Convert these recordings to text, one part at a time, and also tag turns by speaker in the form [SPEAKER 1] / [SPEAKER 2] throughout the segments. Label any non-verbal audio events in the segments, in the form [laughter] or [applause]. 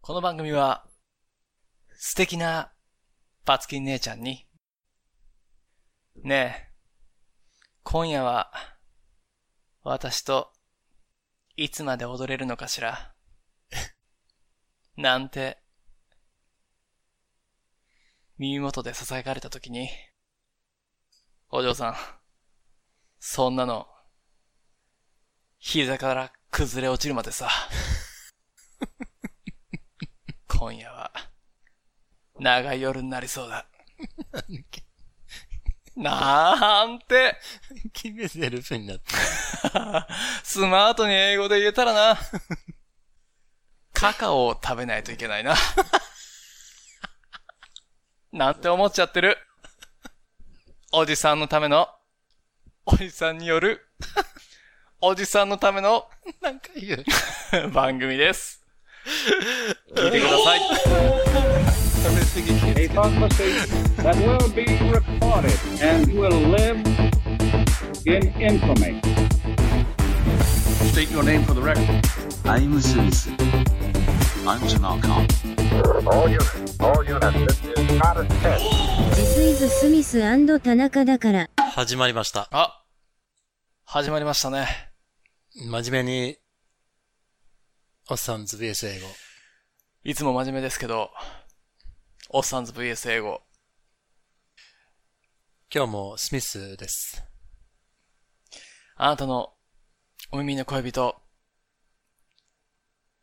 [SPEAKER 1] この番組は、素敵なパツキン姉ちゃんに、ねえ、今夜は、私と、いつまで踊れるのかしら。 [laughs] なんて、耳元で囁かれた時に、お嬢さん、そんなの、膝から崩れ落ちるまでさ。今夜は、長い夜になりそう
[SPEAKER 2] [laughs]
[SPEAKER 1] だ。なんて、
[SPEAKER 2] 決めゼルフになった。
[SPEAKER 1] [laughs] スマートに英語で言えたらな。カカオを食べないといけ
[SPEAKER 2] [laughs]
[SPEAKER 1] ないな。なんて思っちゃってる。おじさんのための、おじさんによ
[SPEAKER 2] [laughs]
[SPEAKER 1] る、おじさんのための
[SPEAKER 2] なんか言う。
[SPEAKER 1] [laughs] 番組です。聞いてください。
[SPEAKER 3] a conversation that will be recorded and will live in infamy.
[SPEAKER 4] State your name for the record.
[SPEAKER 5] I'm Smith. I'm Jamal Khan.
[SPEAKER 6] All units, all units, this is not a test.
[SPEAKER 7] This is スミス田中だから。
[SPEAKER 2] 始まりました。
[SPEAKER 1] あ、始まりましたね。
[SPEAKER 2] 真面目に、おっさんズ VS 英語。
[SPEAKER 1] いつも真面目ですけど、おっさんズ VS 英語。
[SPEAKER 2] 今日もスミスです。
[SPEAKER 1] あなたのお耳の恋人、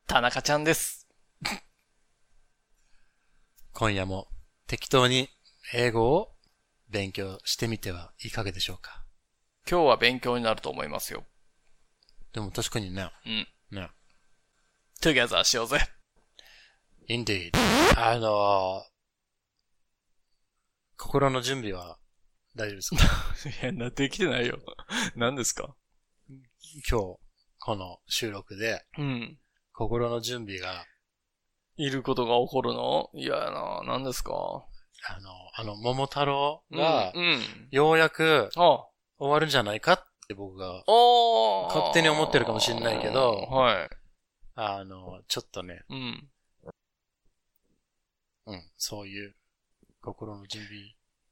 [SPEAKER 1] 田中ちゃんです。
[SPEAKER 2] 今夜も適当に英語を勉強してみてはいかがでしょうか。
[SPEAKER 1] 今日は勉強になると思いますよ。
[SPEAKER 2] でも確かにね。
[SPEAKER 1] うん。
[SPEAKER 2] ね。
[SPEAKER 1] together しよう
[SPEAKER 2] [laughs]
[SPEAKER 1] ぜ。
[SPEAKER 2] indeed. あのー心の準備は大丈夫ですか [laughs]
[SPEAKER 1] いや、な、できてないよ。何ですか
[SPEAKER 2] 今日、この収録で、
[SPEAKER 1] うん。
[SPEAKER 2] 心の準備が、
[SPEAKER 1] いることが起こるのいやな、何ですか
[SPEAKER 2] あの、あの、桃太郎が
[SPEAKER 1] う、ん。うん
[SPEAKER 2] ようやく
[SPEAKER 1] あ、
[SPEAKER 2] 終わるんじゃないかって僕が、
[SPEAKER 1] おー
[SPEAKER 2] 勝手に思ってるかもしんないけど
[SPEAKER 1] は
[SPEAKER 2] あの、ちょっとね、
[SPEAKER 1] い。うん。
[SPEAKER 2] うん、そういう心の準備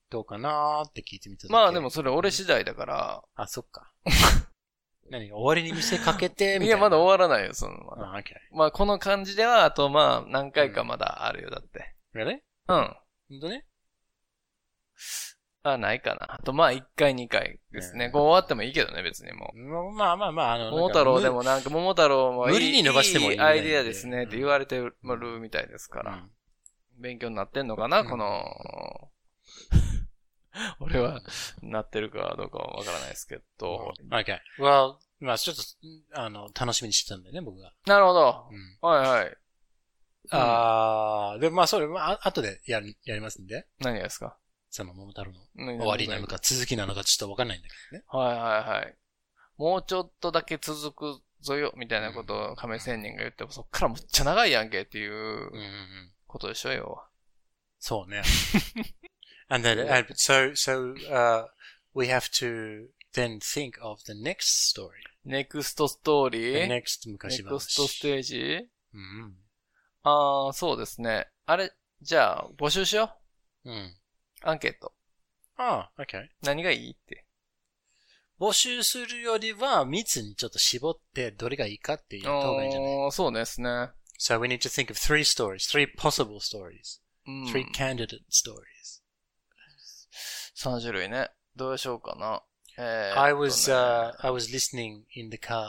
[SPEAKER 2] どうかなーって聞いてみただけ
[SPEAKER 1] まあでも、それ俺次第だから、
[SPEAKER 2] あ、そっか。 [laughs] 何終わりに見せかけて、みたいな。
[SPEAKER 1] いや、まだ終わらないよ、その、まだ
[SPEAKER 2] わあ、OK。
[SPEAKER 1] まあ、この感じでは、あとまあ、何回かまだあるよ、だって。
[SPEAKER 2] Really?
[SPEAKER 1] うん。
[SPEAKER 2] ほんとね
[SPEAKER 1] あ、ないかな。あとまあ、1回、2回ですね。こう終わってもいいけどね、別にもう。
[SPEAKER 2] まあまあまあまあ、あの、
[SPEAKER 1] 桃太郎でもなんか、桃太郎もいい
[SPEAKER 2] 無理に伸ばしてもいい
[SPEAKER 1] い
[SPEAKER 2] ぐ
[SPEAKER 1] い
[SPEAKER 2] ら
[SPEAKER 1] ア
[SPEAKER 2] い
[SPEAKER 1] イ
[SPEAKER 2] で
[SPEAKER 1] デアですね、って言われてるみたいですか
[SPEAKER 2] なん
[SPEAKER 1] ら
[SPEAKER 2] か、。
[SPEAKER 1] 勉強になってんのかな、
[SPEAKER 2] うん
[SPEAKER 1] この、 [laughs] 俺は、なってるかどうかはわからないですけど。
[SPEAKER 2] うん OK。Well, まあちょっと、あの、楽しみにしてたんだよね、僕が。
[SPEAKER 1] なるほど
[SPEAKER 2] う。ん。
[SPEAKER 1] はいはい。
[SPEAKER 2] あー、で、まあそれ、まあ、あ後でやる、やりますんで。
[SPEAKER 1] 何がですか
[SPEAKER 2] その桃太郎の
[SPEAKER 1] 終
[SPEAKER 2] 終わりなのか続きなのかちょっとわかんないんだけどね。
[SPEAKER 1] はいはいはい。もうちょっとだけ続くぞよ、みたいなことを亀仙人が言っても、そっからむっちゃ長いやんけっていう
[SPEAKER 2] うんうんうん。
[SPEAKER 1] ことでしょよ。
[SPEAKER 2] そう [laughs] ね。and then, and so, so, uh, we have to then think of the next story.
[SPEAKER 1] ネクストストーリ
[SPEAKER 2] The
[SPEAKER 1] ーネ
[SPEAKER 2] next Mm-hmm. 昔話。
[SPEAKER 1] クストステージ
[SPEAKER 2] うん
[SPEAKER 1] ああ、そうですね。あれ、じゃあ、募集しよ
[SPEAKER 2] うん。うん。
[SPEAKER 1] う。アンケート。
[SPEAKER 2] ああ、OK。
[SPEAKER 1] 何がいいって。
[SPEAKER 2] Oh, 募集するよりは、密にちょっと絞って、どれがいいかって言った方がいいんじゃない
[SPEAKER 1] あーそうですね。
[SPEAKER 2] ?So we need to think of three stories, three possible stories,
[SPEAKER 1] うん。
[SPEAKER 2] three candidate stories.
[SPEAKER 1] 3種類ね。どうしようかな。えー
[SPEAKER 2] I was,
[SPEAKER 1] え
[SPEAKER 2] uh, I was listening in the car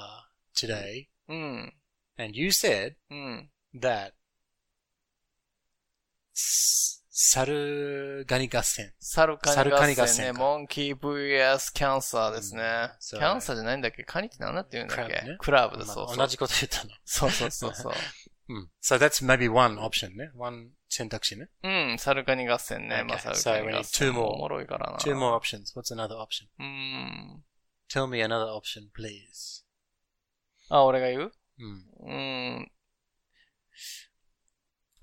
[SPEAKER 2] today,
[SPEAKER 1] っとね
[SPEAKER 2] and you said
[SPEAKER 1] うん。うん。
[SPEAKER 2] that す猿ガニ合戦。
[SPEAKER 1] サルカニ
[SPEAKER 2] サルカニ
[SPEAKER 1] 合
[SPEAKER 2] 合
[SPEAKER 1] 戦ね。
[SPEAKER 2] 戦か
[SPEAKER 1] モンキー VS キャンサーですね。キ
[SPEAKER 2] そう
[SPEAKER 1] ャンサーじゃないんだっけカニって何だって言うんだっ
[SPEAKER 2] クラブ
[SPEAKER 1] け
[SPEAKER 2] ね
[SPEAKER 1] クラブだ、そう
[SPEAKER 2] まあ
[SPEAKER 1] そ
[SPEAKER 2] 同
[SPEAKER 1] う。
[SPEAKER 2] じこと言ったの。
[SPEAKER 1] そうそうそう
[SPEAKER 2] [laughs]
[SPEAKER 1] そう。
[SPEAKER 2] うん。So that's maybe one option ね。one 選択肢ね。
[SPEAKER 1] うん、サルカニ合戦ね。
[SPEAKER 2] Okay,
[SPEAKER 1] まあ、サルカニ合
[SPEAKER 2] so we need two
[SPEAKER 1] 戦
[SPEAKER 2] more.
[SPEAKER 1] もおもろいからな。
[SPEAKER 2] Two more options. What's another option?
[SPEAKER 1] うん。
[SPEAKER 2] Tell me another option, please.
[SPEAKER 1] あ、俺が言う
[SPEAKER 2] うん。
[SPEAKER 1] うん。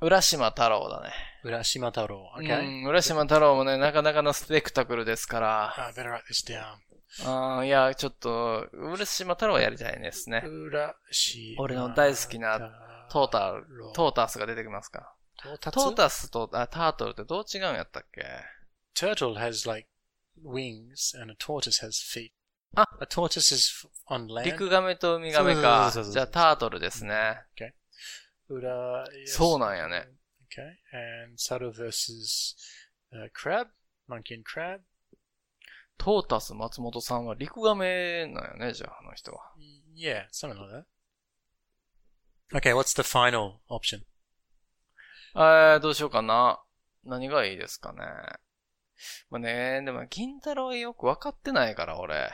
[SPEAKER 1] 浦島太郎だね。
[SPEAKER 2] 浦島太郎。
[SPEAKER 1] う
[SPEAKER 2] Okay?
[SPEAKER 1] ん、浦島太郎もね、なかなかのスペクタクルですから。
[SPEAKER 2] I Ah, better write this down.
[SPEAKER 1] あーいや、ちょっと、浦島太郎はやりたいですね。
[SPEAKER 2] 浦島。
[SPEAKER 1] 俺の大好きなトータル
[SPEAKER 2] ロ、
[SPEAKER 1] トータスが出てきますか。
[SPEAKER 2] ト
[SPEAKER 1] トータスとあタートルってどう違うんやったっけ
[SPEAKER 2] turtle has like wings and a tortoise has feet.
[SPEAKER 1] Ah.
[SPEAKER 2] A tortoise is f- on land.
[SPEAKER 1] 陸亀とウミガメか
[SPEAKER 2] そうそうそうそうそう。
[SPEAKER 1] じゃあタートルですね。
[SPEAKER 2] Ura, yes.
[SPEAKER 1] そうなんやね。
[SPEAKER 2] Okay. And saddle versus uh, crab, monkey and crab.
[SPEAKER 1] トータス松本さんは陸亀なんやね、じゃああの人は。
[SPEAKER 2] Yeah, something like that. Okay, what's the final option?
[SPEAKER 1] えー、どうしようかな。何がいいですかね。まあね、でも銀太郎よくわかってないから、俺。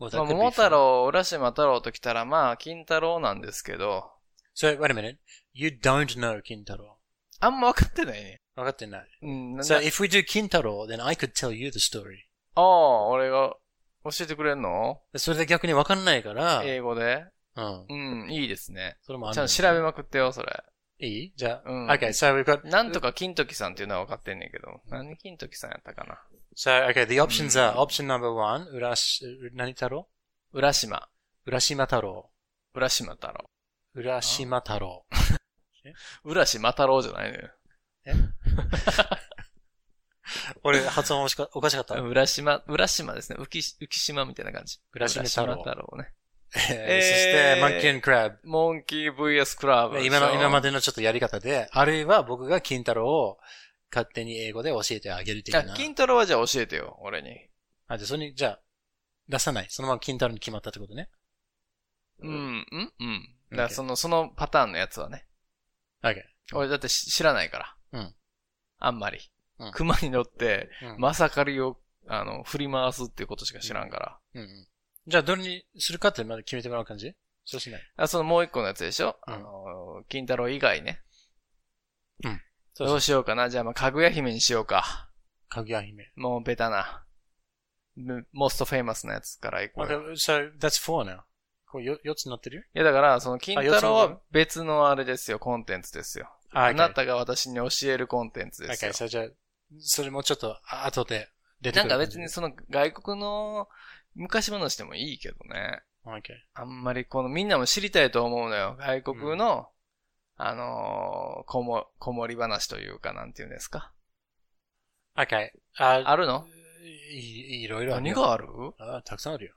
[SPEAKER 2] Well, that
[SPEAKER 1] まあ、
[SPEAKER 2] could be
[SPEAKER 1] 桃
[SPEAKER 2] fun.
[SPEAKER 1] 太郎、浦島太郎ときたら、まあ、金太郎なんですけど、
[SPEAKER 2] So wait a minute. You don't know Kintaro.
[SPEAKER 1] あんま分かってないね。
[SPEAKER 2] I got to know.
[SPEAKER 1] うん、なん
[SPEAKER 2] So
[SPEAKER 1] で、
[SPEAKER 2] if we do Kintaro, then I could tell you the story.
[SPEAKER 1] ああ、俺が教えてくれんの
[SPEAKER 2] それで逆にわかんないから、
[SPEAKER 1] 英語で
[SPEAKER 2] うん。
[SPEAKER 1] うん、いいですね。
[SPEAKER 2] それもあ
[SPEAKER 1] ちゃんと調べまくってよ、それ。
[SPEAKER 2] べ。いいじゃあ、
[SPEAKER 1] うん
[SPEAKER 2] E, okay, so we've got,
[SPEAKER 1] なんとか金時さんっていうのは分かってんねんけど、何金時さんやったかな。
[SPEAKER 2] so, okay, the options are, option number one, uh, 浦し、何太郎
[SPEAKER 1] 浦島、
[SPEAKER 2] 浦島太郎。
[SPEAKER 1] 浦島太郎。
[SPEAKER 2] 浦島太郎。
[SPEAKER 1] 浦島太郎じゃないのよ。
[SPEAKER 2] 俺、発音おかしかおかしかった。
[SPEAKER 1] 浦島、浦島ですね。浮き、浮島みたいな感じ。
[SPEAKER 2] 浦島太郎
[SPEAKER 1] 浦島太郎ね。
[SPEAKER 2] えーそして、マンキーンクラブ。
[SPEAKER 1] モンキー VS クラブでしょ。
[SPEAKER 2] 今の、今までのちょっとやり方で、あるいは僕が金太郎を勝手に英語で教えてあげる的
[SPEAKER 1] あ
[SPEAKER 2] な。
[SPEAKER 1] 金太郎はじゃあ教えてよ、俺に。
[SPEAKER 2] あ、じゃあ、それに、じゃあ、出さない。そのまま金太郎に決まったってことね。
[SPEAKER 1] うん、うん、うん。だから
[SPEAKER 2] Okay
[SPEAKER 1] その、そのパターンのやつはね。
[SPEAKER 2] Okay
[SPEAKER 1] 俺だってし知らないから。
[SPEAKER 2] うん。
[SPEAKER 1] あんまり。
[SPEAKER 2] うん
[SPEAKER 1] 熊に乗って、
[SPEAKER 2] うん
[SPEAKER 1] まさかりを、あの、振り回すっていうことしか知らんから。
[SPEAKER 2] うんうん。じゃあ、どれにするかってまだ決めてもらう感じそうしない。
[SPEAKER 1] あ、そのもう一個のやつでしょ、
[SPEAKER 2] うん
[SPEAKER 1] あの、金太郎以外ね。
[SPEAKER 2] そ
[SPEAKER 1] ど
[SPEAKER 2] うそう
[SPEAKER 1] うしようかな。じゃあ、まあ、かぐや姫にしようか。
[SPEAKER 2] かぐや姫。
[SPEAKER 1] もう、ベタな。むモストフェイマスなやつからいこうよ。
[SPEAKER 2] Okay, so that's four now. こうよ4つになってるよ
[SPEAKER 1] いや、だから、その、金太郎
[SPEAKER 2] あ四つの
[SPEAKER 1] は
[SPEAKER 2] 方
[SPEAKER 1] 別のあれですよ、コンテンツですよ。
[SPEAKER 2] あ
[SPEAKER 1] あなたが私に教えるコンテンツですよ
[SPEAKER 2] Okay,。so じゃあ、それもちょっとあ後で出て
[SPEAKER 1] な
[SPEAKER 2] く
[SPEAKER 1] ん
[SPEAKER 2] る
[SPEAKER 1] か
[SPEAKER 2] 感
[SPEAKER 1] 別
[SPEAKER 2] じ。
[SPEAKER 1] にその外国の昔話でもいいけどね。
[SPEAKER 2] Okay.
[SPEAKER 1] あんまりこのみんなも知りたいと思うのよ。外国の、あのーこも、こもり話というか、なんていうんですか。
[SPEAKER 2] Okay. あ、
[SPEAKER 1] あるの
[SPEAKER 2] いいろいろある
[SPEAKER 1] 何
[SPEAKER 2] よ
[SPEAKER 1] がある
[SPEAKER 2] あたくさんあるよ。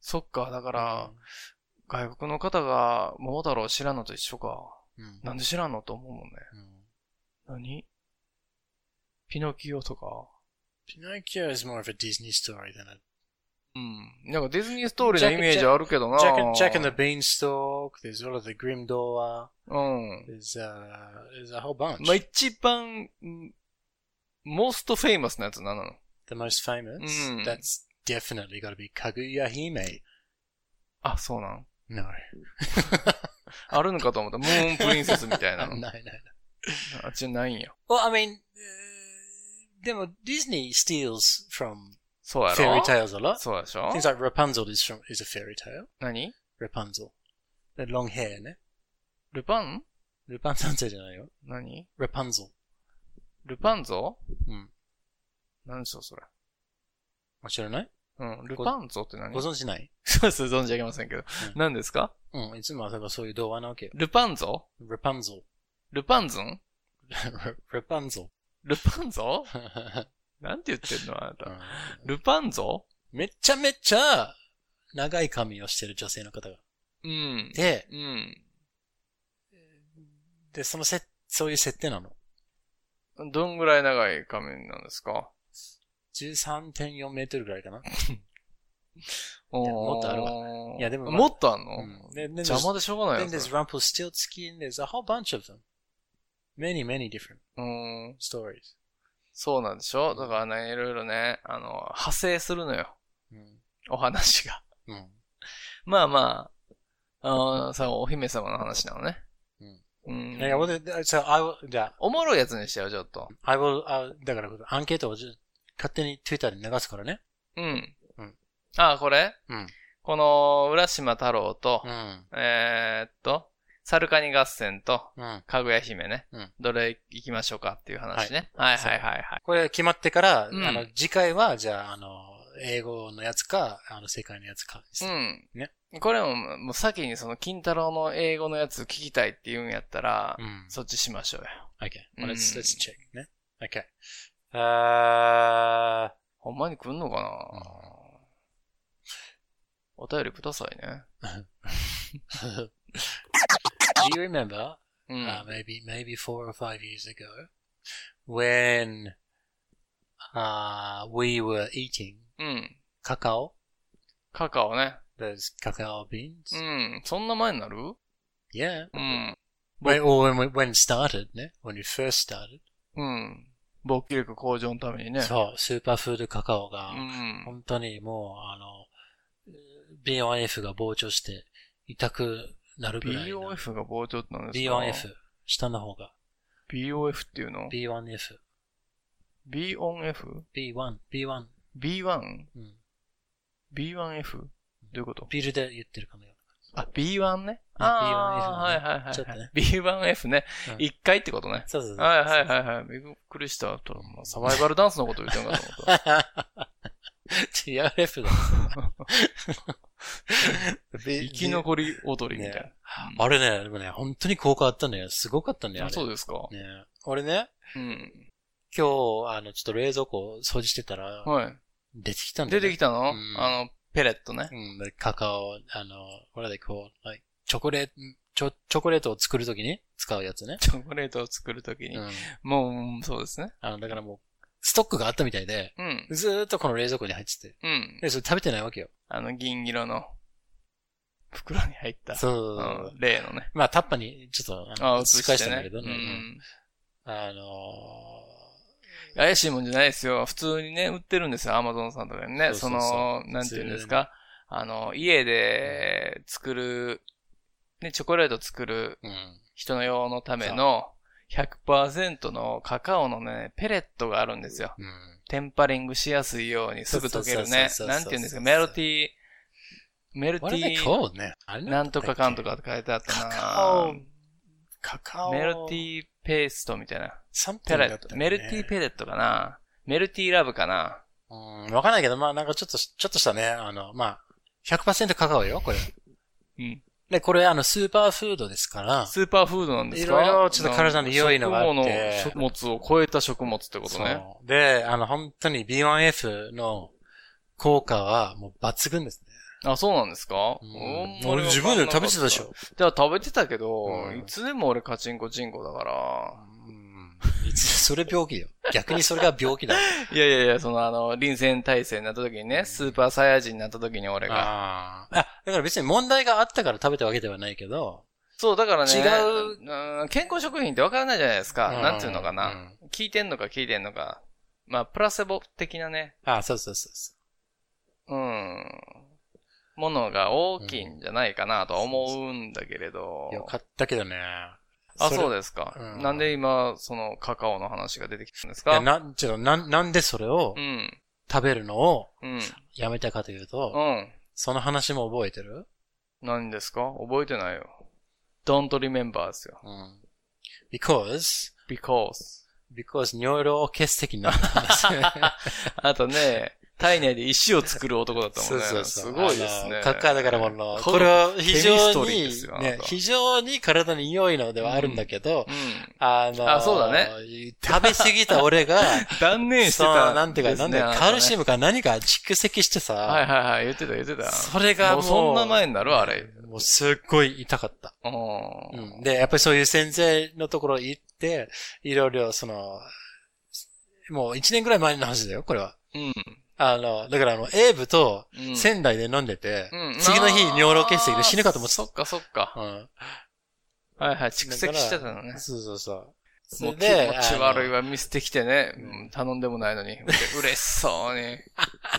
[SPEAKER 1] そっか、だから、外国の方が桃太郎を知らんのと一緒か。
[SPEAKER 2] うん、うん。
[SPEAKER 1] なんで知らんのと思うもんね。
[SPEAKER 2] うん
[SPEAKER 1] 何ピノキオとか。
[SPEAKER 2] Pinocchio is more of a Disney story than a...
[SPEAKER 1] うん。なんかディズニーストーリーのイメージあるけどな。
[SPEAKER 2] Jack, and- Jack and the Beanstalk, there's all of the Grim Door,
[SPEAKER 1] うん。
[SPEAKER 2] there's, uh, there's a whole bunch.
[SPEAKER 1] まあ、一番、モストフェイマスなやつ何なの
[SPEAKER 2] The most famous,
[SPEAKER 1] Mm.
[SPEAKER 2] that's definitely got to be Kaguya Hime.
[SPEAKER 1] あ、そうなん
[SPEAKER 2] No.
[SPEAKER 1] あるのかと [laughs] 思った。ムーンプリンセスみたいな
[SPEAKER 2] no, [laughs] no,
[SPEAKER 1] の。
[SPEAKER 2] no.
[SPEAKER 1] あっちないんや。
[SPEAKER 2] Well, I mean, uh, demo- Disney steals from
[SPEAKER 1] そうやろ
[SPEAKER 2] fairy tales a lot.
[SPEAKER 1] そうでしょ
[SPEAKER 2] Things like Rapunzel is from is a fairy tale.
[SPEAKER 1] 何
[SPEAKER 2] Rapunzel. The long hair, ne?
[SPEAKER 1] ルパン
[SPEAKER 2] Rapunzel [laughs] じゃないよ。
[SPEAKER 1] 何
[SPEAKER 2] Rapunzel.
[SPEAKER 1] ルパンゾ
[SPEAKER 2] うん。
[SPEAKER 1] 何でしょう、それ。
[SPEAKER 2] 知らない
[SPEAKER 1] うん。ルパンゾって何
[SPEAKER 2] ご [laughs] 存知ない
[SPEAKER 1] そうです、存じ上げませんけど。
[SPEAKER 2] うん
[SPEAKER 1] 何ですか
[SPEAKER 2] うん。いつもはそういう童話なわけよ。
[SPEAKER 1] ルパンゾ [laughs]
[SPEAKER 2] Rapunzel.
[SPEAKER 1] ルパンズン
[SPEAKER 2] Rapunzel.
[SPEAKER 1] ルパン
[SPEAKER 2] [laughs]
[SPEAKER 1] ゾなんて言ってんのあなた。ルパンゾ
[SPEAKER 2] めっちゃめっちゃ長い髪をしてる女性の方が。
[SPEAKER 1] うん。
[SPEAKER 2] で、
[SPEAKER 1] う
[SPEAKER 2] で、そのせ、そういう設定なの。
[SPEAKER 1] ん。どんぐらい長い仮面なんですか
[SPEAKER 2] 13.4メートルぐらいかな。
[SPEAKER 1] い
[SPEAKER 2] やもっとあるわ。
[SPEAKER 1] い
[SPEAKER 2] いやでもまあ
[SPEAKER 1] もっとあんの、
[SPEAKER 2] うんでで
[SPEAKER 1] 邪魔でしょうがない
[SPEAKER 2] Then
[SPEAKER 1] よ。そ
[SPEAKER 2] there's
[SPEAKER 1] れ
[SPEAKER 2] Rumpelstiltskin, there's a whole bunch of them. Many, many different
[SPEAKER 1] うん。
[SPEAKER 2] stories.
[SPEAKER 1] そうなんでしょだからね、いろいろね、あの、派生するのよ。
[SPEAKER 2] うん。
[SPEAKER 1] お話が。 [laughs]
[SPEAKER 2] うん。
[SPEAKER 1] まあまあ、あの、さ、お姫様の話なのね。うん。
[SPEAKER 2] Yeah, well, the- the- so I will, じゃ
[SPEAKER 1] おもろいやつにしてよ、ちょっと。
[SPEAKER 2] あ、I will, I'll- だから、アンケートをじゅ勝手に Twitter で流すからね。
[SPEAKER 1] うん。
[SPEAKER 2] うん
[SPEAKER 1] あ、これ
[SPEAKER 2] うん。
[SPEAKER 1] この、浦島太郎と、
[SPEAKER 2] うん。
[SPEAKER 1] えーっと、サルカニ合戦と、
[SPEAKER 2] うん。
[SPEAKER 1] かぐや姫ね。
[SPEAKER 2] うん
[SPEAKER 1] どれ行きましょうかっていう話ね。はい、はいはいはいはい
[SPEAKER 2] これ決まってから、
[SPEAKER 1] うん
[SPEAKER 2] あの、次回は、じゃあ、あの、英語のやつか、あの、世界のやつかにする。
[SPEAKER 1] うん。
[SPEAKER 2] ね
[SPEAKER 1] これも、もう先にその、金太郎の英語のやつ聞きたいって言うんやったら、
[SPEAKER 2] うん
[SPEAKER 1] そっちしましょうよ。
[SPEAKER 2] Okay. Well, let's, let's
[SPEAKER 1] Mm.
[SPEAKER 2] check. Yeah? Okay. Uh,
[SPEAKER 1] ほんまに来んのかな、お便りくださいね。
[SPEAKER 2] do you remember,
[SPEAKER 1] う
[SPEAKER 2] uh,
[SPEAKER 1] ん。
[SPEAKER 2] maybe, maybe four or five years ago, when, uh, we were eating
[SPEAKER 1] うん。
[SPEAKER 2] cacao,
[SPEAKER 1] カカオね。
[SPEAKER 2] those cacao beans?
[SPEAKER 1] うん。そんな前になる
[SPEAKER 2] Yeah.
[SPEAKER 1] うん。
[SPEAKER 2] Wait, or when, we, when it started, yeah? when we first started.
[SPEAKER 1] うん。勃起力向上のためにね。
[SPEAKER 2] そう、スーパーフードカカオが、
[SPEAKER 1] Mm. うん。
[SPEAKER 2] 本当にもう、あの、BOF が膨張して、痛くなるぐらいの。
[SPEAKER 1] BOF が膨張ってなんですか
[SPEAKER 2] B1F。下の方が。
[SPEAKER 1] BOF っていうの
[SPEAKER 2] B1F。
[SPEAKER 1] ?B on F?
[SPEAKER 2] B1。B1。
[SPEAKER 1] B1?
[SPEAKER 2] うん。
[SPEAKER 1] B1F? どういうこと
[SPEAKER 2] ビルで言ってるかのよ
[SPEAKER 1] あ、B1 ね。
[SPEAKER 2] うん
[SPEAKER 1] あ
[SPEAKER 2] B1F
[SPEAKER 1] ーはいはいはいはい。
[SPEAKER 2] ちょっとね
[SPEAKER 1] B1F ね
[SPEAKER 2] うん。
[SPEAKER 1] 一回ってことね。
[SPEAKER 2] そうそうそう。
[SPEAKER 1] はいはいはいはい。びっくりした。ともうサバイバルダンスのこと言ってんかと思
[SPEAKER 2] [laughs]
[SPEAKER 1] った。
[SPEAKER 2] TRF
[SPEAKER 1] [laughs]
[SPEAKER 2] だ。
[SPEAKER 1] 生き残り踊りみたい
[SPEAKER 2] あれね、でもね、本当に効果あったんだよ。すごかったんだ
[SPEAKER 1] な。
[SPEAKER 2] よ。あ
[SPEAKER 1] あ
[SPEAKER 2] れ
[SPEAKER 1] そうですか。
[SPEAKER 2] ね。俺ね、
[SPEAKER 1] うん。
[SPEAKER 2] 今日、あの、ちょっと冷蔵庫を掃除してたら、
[SPEAKER 1] はい。
[SPEAKER 2] 出てきたんだ
[SPEAKER 1] 出
[SPEAKER 2] よね
[SPEAKER 1] てきたの
[SPEAKER 2] うん
[SPEAKER 1] あの、ペレットね。
[SPEAKER 2] うん、でカカオ、あの、what are they called? Like, チョコレート、チョ、チョコレートを作るときに使うやつね。
[SPEAKER 1] チョコレートを作るとき
[SPEAKER 2] う
[SPEAKER 1] に。
[SPEAKER 2] ん。
[SPEAKER 1] もううん、そうですね。
[SPEAKER 2] あの、だからもう、ストックがあったみたいで、
[SPEAKER 1] うん。
[SPEAKER 2] ずーっとこの冷蔵庫に入ってて。
[SPEAKER 1] うん。
[SPEAKER 2] で、それ食べてないわけよ。
[SPEAKER 1] あの、銀色の袋に入った。
[SPEAKER 2] そう
[SPEAKER 1] う。ん。例のね。
[SPEAKER 2] まあ、タッパに、ちょっと、あ
[SPEAKER 1] あ
[SPEAKER 2] の、
[SPEAKER 1] あ、映
[SPEAKER 2] 移し
[SPEAKER 1] し
[SPEAKER 2] 返してたんだ
[SPEAKER 1] ね
[SPEAKER 2] け。ど
[SPEAKER 1] う
[SPEAKER 2] ね。うん
[SPEAKER 1] ん。
[SPEAKER 2] あの
[SPEAKER 1] 怪しいもんじゃないですよ。普通にね、売ってるんですよ。アマゾンさんとかにね。そ
[SPEAKER 2] そ
[SPEAKER 1] う
[SPEAKER 2] そうそう
[SPEAKER 1] の、なんていうんですか。あの、家で作る、ね、チョコレート作る
[SPEAKER 2] ーうん。
[SPEAKER 1] 人の用のための100%のカカオのね、ペレットがあるんですよ。
[SPEAKER 2] うん。
[SPEAKER 1] テンパリングしやすいようにすぐ溶けるね
[SPEAKER 2] そ。うそうそうそうそう
[SPEAKER 1] なんて言うんですか、メロティー、メルテ
[SPEAKER 2] What are
[SPEAKER 1] ィ
[SPEAKER 2] they
[SPEAKER 1] ー、
[SPEAKER 2] called ね。あれ
[SPEAKER 1] なんとかかんとかっ。て書いてあった
[SPEAKER 2] カ
[SPEAKER 1] な。
[SPEAKER 2] カオ、カカオ。
[SPEAKER 1] メルティーペーストみたいな。
[SPEAKER 2] ー、
[SPEAKER 1] ペレット、メルティーペレットかな。メルティーラブかな。
[SPEAKER 2] うん、わかんないけど、まあなんかちょっとし、ちょっとしたね、あの、まあ、100%カカオよ、これ。
[SPEAKER 1] うん。
[SPEAKER 2] で、これあの、スーパーフードですから、
[SPEAKER 1] スーパーフードなんですか
[SPEAKER 2] いろいろちょっと体に良いのがあって
[SPEAKER 1] 食物の食物を超えた食物ってことね。
[SPEAKER 2] そうで、あの、本当に B1F の効果はもう抜群ですね。
[SPEAKER 1] あ、そうなんですか、
[SPEAKER 2] うん
[SPEAKER 1] ほんまに
[SPEAKER 2] 俺自分で食べてたでしょ。
[SPEAKER 1] じゃあ食べてたけど、
[SPEAKER 2] うん
[SPEAKER 1] いつでも俺カチンコチンコだから。
[SPEAKER 2] いつ [laughs] それ病気だよ。逆にそれが病気だ。
[SPEAKER 1] いやいやいや、そのあの、臨戦体制になった時にね、スーパーサイヤ人になった時に俺が。
[SPEAKER 2] ああ。だから別に問題があったから食べたわけではないけど、
[SPEAKER 1] そう、だからね、
[SPEAKER 2] 違
[SPEAKER 1] うん健康食品ってわからないじゃないですか。
[SPEAKER 2] うん
[SPEAKER 1] なんていうのかな、聞いてんのか聞いてんのか。まあ、プラセボ的なね、
[SPEAKER 2] ああ、そうそうそうそ
[SPEAKER 1] うん、ものが大きいんじゃないかなとは思うんだけれど
[SPEAKER 2] う。。よかったけどね。
[SPEAKER 1] あ、そう
[SPEAKER 2] だ
[SPEAKER 1] ですか、
[SPEAKER 2] うん
[SPEAKER 1] なんで今、その、カカオの話が出てきたんです
[SPEAKER 2] い
[SPEAKER 1] か
[SPEAKER 2] や、な、ちょっと、なん、なんでそれを
[SPEAKER 1] うん。
[SPEAKER 2] 食べるのを
[SPEAKER 1] うん。
[SPEAKER 2] やめたかというと、
[SPEAKER 1] うん。
[SPEAKER 2] その話も覚えてる
[SPEAKER 1] 何ですか覚えてないよ。don't remember ですよ。
[SPEAKER 2] うん。because,
[SPEAKER 1] because.
[SPEAKER 2] because 尿路結石になったんです [laughs]
[SPEAKER 1] あとね、体内で石を作る男だったもんね。すごいですね。
[SPEAKER 2] カカだからもの、
[SPEAKER 1] こ
[SPEAKER 2] これは
[SPEAKER 1] ケミ
[SPEAKER 2] 非
[SPEAKER 1] ス
[SPEAKER 2] 常
[SPEAKER 1] トリー
[SPEAKER 2] に
[SPEAKER 1] ですよ、あな
[SPEAKER 2] ね
[SPEAKER 1] た、
[SPEAKER 2] 非常に体に良いのではあるんだけど、
[SPEAKER 1] うん。
[SPEAKER 2] あの、
[SPEAKER 1] あそうだね
[SPEAKER 2] 食べ過ぎた俺
[SPEAKER 1] [laughs]
[SPEAKER 2] が、
[SPEAKER 1] 断念して
[SPEAKER 2] そう、
[SPEAKER 1] た。
[SPEAKER 2] なんていうか、なんだよ、カルシ
[SPEAKER 1] ム。
[SPEAKER 2] ウムか何か蓄積してさ、
[SPEAKER 1] はいはいはい、言ってた言ってた。
[SPEAKER 2] それがもう
[SPEAKER 1] もうそんな前になるあれ。
[SPEAKER 2] もうすっごい痛かった。
[SPEAKER 1] う。
[SPEAKER 2] うんん。で、やっぱりそういう先生のところ行って、いろいろその、もう一年ぐらい前の話だよ、これは。
[SPEAKER 1] うん。
[SPEAKER 2] あの、だからあの、エイブと
[SPEAKER 1] うん
[SPEAKER 2] 仙台で飲んでて、
[SPEAKER 1] うん
[SPEAKER 2] 次の日尿路結石で死ぬかと思って
[SPEAKER 1] そ
[SPEAKER 2] た。
[SPEAKER 1] っかそっか。
[SPEAKER 2] うん。
[SPEAKER 1] はいはい、蓄積してたのね。
[SPEAKER 2] そうそうそう。そ
[SPEAKER 1] も
[SPEAKER 2] れ
[SPEAKER 1] う気
[SPEAKER 2] で
[SPEAKER 1] 持ち悪い
[SPEAKER 2] あの
[SPEAKER 1] わ、見せてきてね。うん頼んでもないのに。うれ嬉しそうに。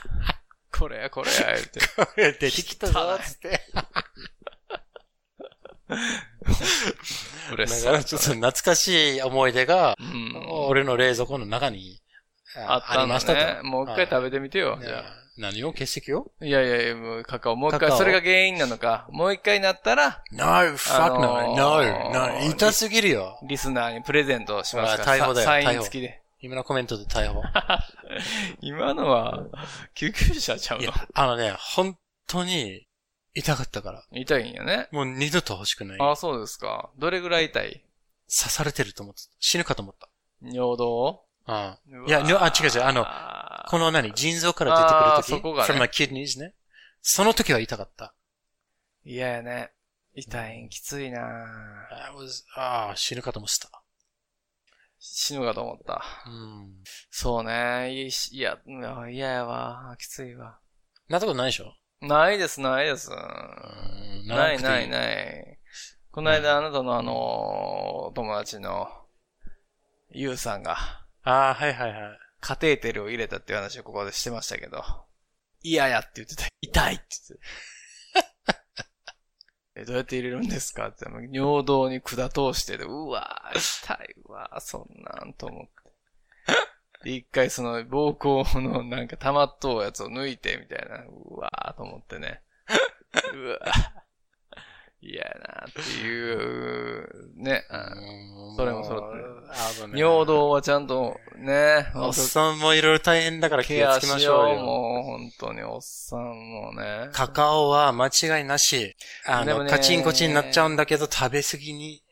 [SPEAKER 2] [laughs]
[SPEAKER 1] これやこれや、言って。
[SPEAKER 2] 出てきたぞ、つって。
[SPEAKER 1] 嬉し
[SPEAKER 2] だ
[SPEAKER 1] そ
[SPEAKER 2] か
[SPEAKER 1] う
[SPEAKER 2] ら
[SPEAKER 1] に。
[SPEAKER 2] ちょっと懐かしい思い出が、
[SPEAKER 1] うん。
[SPEAKER 2] 俺の冷蔵庫の中に、
[SPEAKER 1] あった
[SPEAKER 2] り
[SPEAKER 1] んだ
[SPEAKER 2] ました
[SPEAKER 1] ね
[SPEAKER 2] と。。
[SPEAKER 1] もう一回食べてみてよ、
[SPEAKER 2] はい
[SPEAKER 1] じゃあ。
[SPEAKER 2] 何を結石を
[SPEAKER 1] いやいやいや、もうカカオ、もう一
[SPEAKER 2] カ
[SPEAKER 1] 回、
[SPEAKER 2] カオ
[SPEAKER 1] それが原因なのか。もう一回なったら、
[SPEAKER 2] ?No, fuck no,
[SPEAKER 1] あの
[SPEAKER 2] no,
[SPEAKER 1] ー
[SPEAKER 2] no, 痛すぎるよ。
[SPEAKER 1] リスナーにプレゼントをしますから。
[SPEAKER 2] ほら逮捕だよ
[SPEAKER 1] サイン
[SPEAKER 2] 逮捕
[SPEAKER 1] 付きで。
[SPEAKER 2] 今のコメントで逮
[SPEAKER 1] [laughs]
[SPEAKER 2] 捕。
[SPEAKER 1] 今のは、救急車ちゃう
[SPEAKER 2] いや
[SPEAKER 1] の。、
[SPEAKER 2] あのね、本当に痛かったから。
[SPEAKER 1] 痛いんやね。
[SPEAKER 2] もう二度と欲しくない。刺
[SPEAKER 1] あ、そうですか。どれぐらい痛い
[SPEAKER 2] されてると思ってた。死ぬかと思った。
[SPEAKER 1] 尿道
[SPEAKER 2] うん。いや、にあ、違う違う。あの、こ
[SPEAKER 1] の、
[SPEAKER 2] の何腎臓から出て
[SPEAKER 1] あーそ
[SPEAKER 2] く
[SPEAKER 1] こ
[SPEAKER 2] る
[SPEAKER 1] が
[SPEAKER 2] と
[SPEAKER 1] ね
[SPEAKER 2] き、from my kidneys ね。その時は痛かった。
[SPEAKER 1] 嫌やね。痛いんきついな
[SPEAKER 2] I was, ああ、死ぬかと思ってた。
[SPEAKER 1] 死ぬかと思った。
[SPEAKER 2] うん。
[SPEAKER 1] そうね。いいしいや、うん嫌やわ。きついわ。
[SPEAKER 2] なったことないでしょ
[SPEAKER 1] ないです、ないです。
[SPEAKER 2] うん。
[SPEAKER 1] ないない
[SPEAKER 2] い。
[SPEAKER 1] ない。この間あなたのあのー友達の、ゆうさんが、
[SPEAKER 2] ああ、はいはいはい。
[SPEAKER 1] カテーテルを入れたっていう話をここでしてましたけど、嫌やって言ってた。痛いって言って [laughs] た。え、どうやって入れるんですかって言ったら尿道に管通してて、うわー痛いわーそんなんと思って。で、一回その膀胱のなんか溜まっとうやつを抜いてみたいな、うわーと思ってね。うわー嫌やなっていう、ね、あの
[SPEAKER 2] うん
[SPEAKER 1] それもそれ
[SPEAKER 2] う危ない
[SPEAKER 1] 尿。道はちゃんとね、
[SPEAKER 2] おっさんもいろいろ大変だから気
[SPEAKER 1] ケ
[SPEAKER 2] を
[SPEAKER 1] ア
[SPEAKER 2] つけま
[SPEAKER 1] し
[SPEAKER 2] しょ
[SPEAKER 1] よ
[SPEAKER 2] う
[SPEAKER 1] う、
[SPEAKER 2] よ。
[SPEAKER 1] もう、本当に、おっさんもね。
[SPEAKER 2] カカオは間違いなし。あ
[SPEAKER 1] でも
[SPEAKER 2] の、
[SPEAKER 1] ね
[SPEAKER 2] カチンコチンになっちゃうんだけど、食べ過ぎに、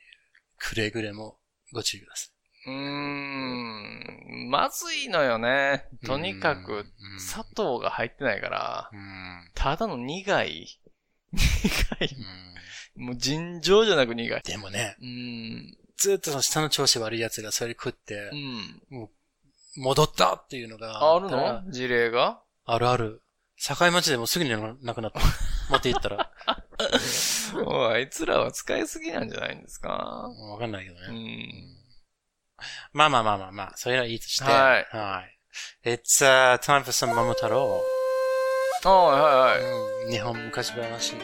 [SPEAKER 2] くれぐれもご注意くださ
[SPEAKER 1] うーん、まずいのよね。
[SPEAKER 2] い。
[SPEAKER 1] とにか
[SPEAKER 2] うん
[SPEAKER 1] く、、砂糖が入ってないから、
[SPEAKER 2] うん。
[SPEAKER 1] ただの苦い。苦
[SPEAKER 2] う
[SPEAKER 1] い。
[SPEAKER 2] ん
[SPEAKER 1] もう尋常じゃなく苦い。
[SPEAKER 2] でもね、
[SPEAKER 1] うーん、
[SPEAKER 2] ずっとその下の調子悪い奴がそれ食って
[SPEAKER 1] う、ん。
[SPEAKER 2] 戻ったっていうのが。
[SPEAKER 1] あるの事例が
[SPEAKER 2] あるある。境町でもすぐになく
[SPEAKER 1] [laughs]
[SPEAKER 2] なった。持って行ったら。
[SPEAKER 1] おいあいつらは使いすぎなんじゃないんですか
[SPEAKER 2] わかんないけどね。
[SPEAKER 1] うん。
[SPEAKER 2] まあまあまあまあまあ、それはいいとして。
[SPEAKER 1] はい
[SPEAKER 2] はい。It's、uh, time for some 桃太郎。
[SPEAKER 1] あはいはいはい。
[SPEAKER 2] うん、日本昔話。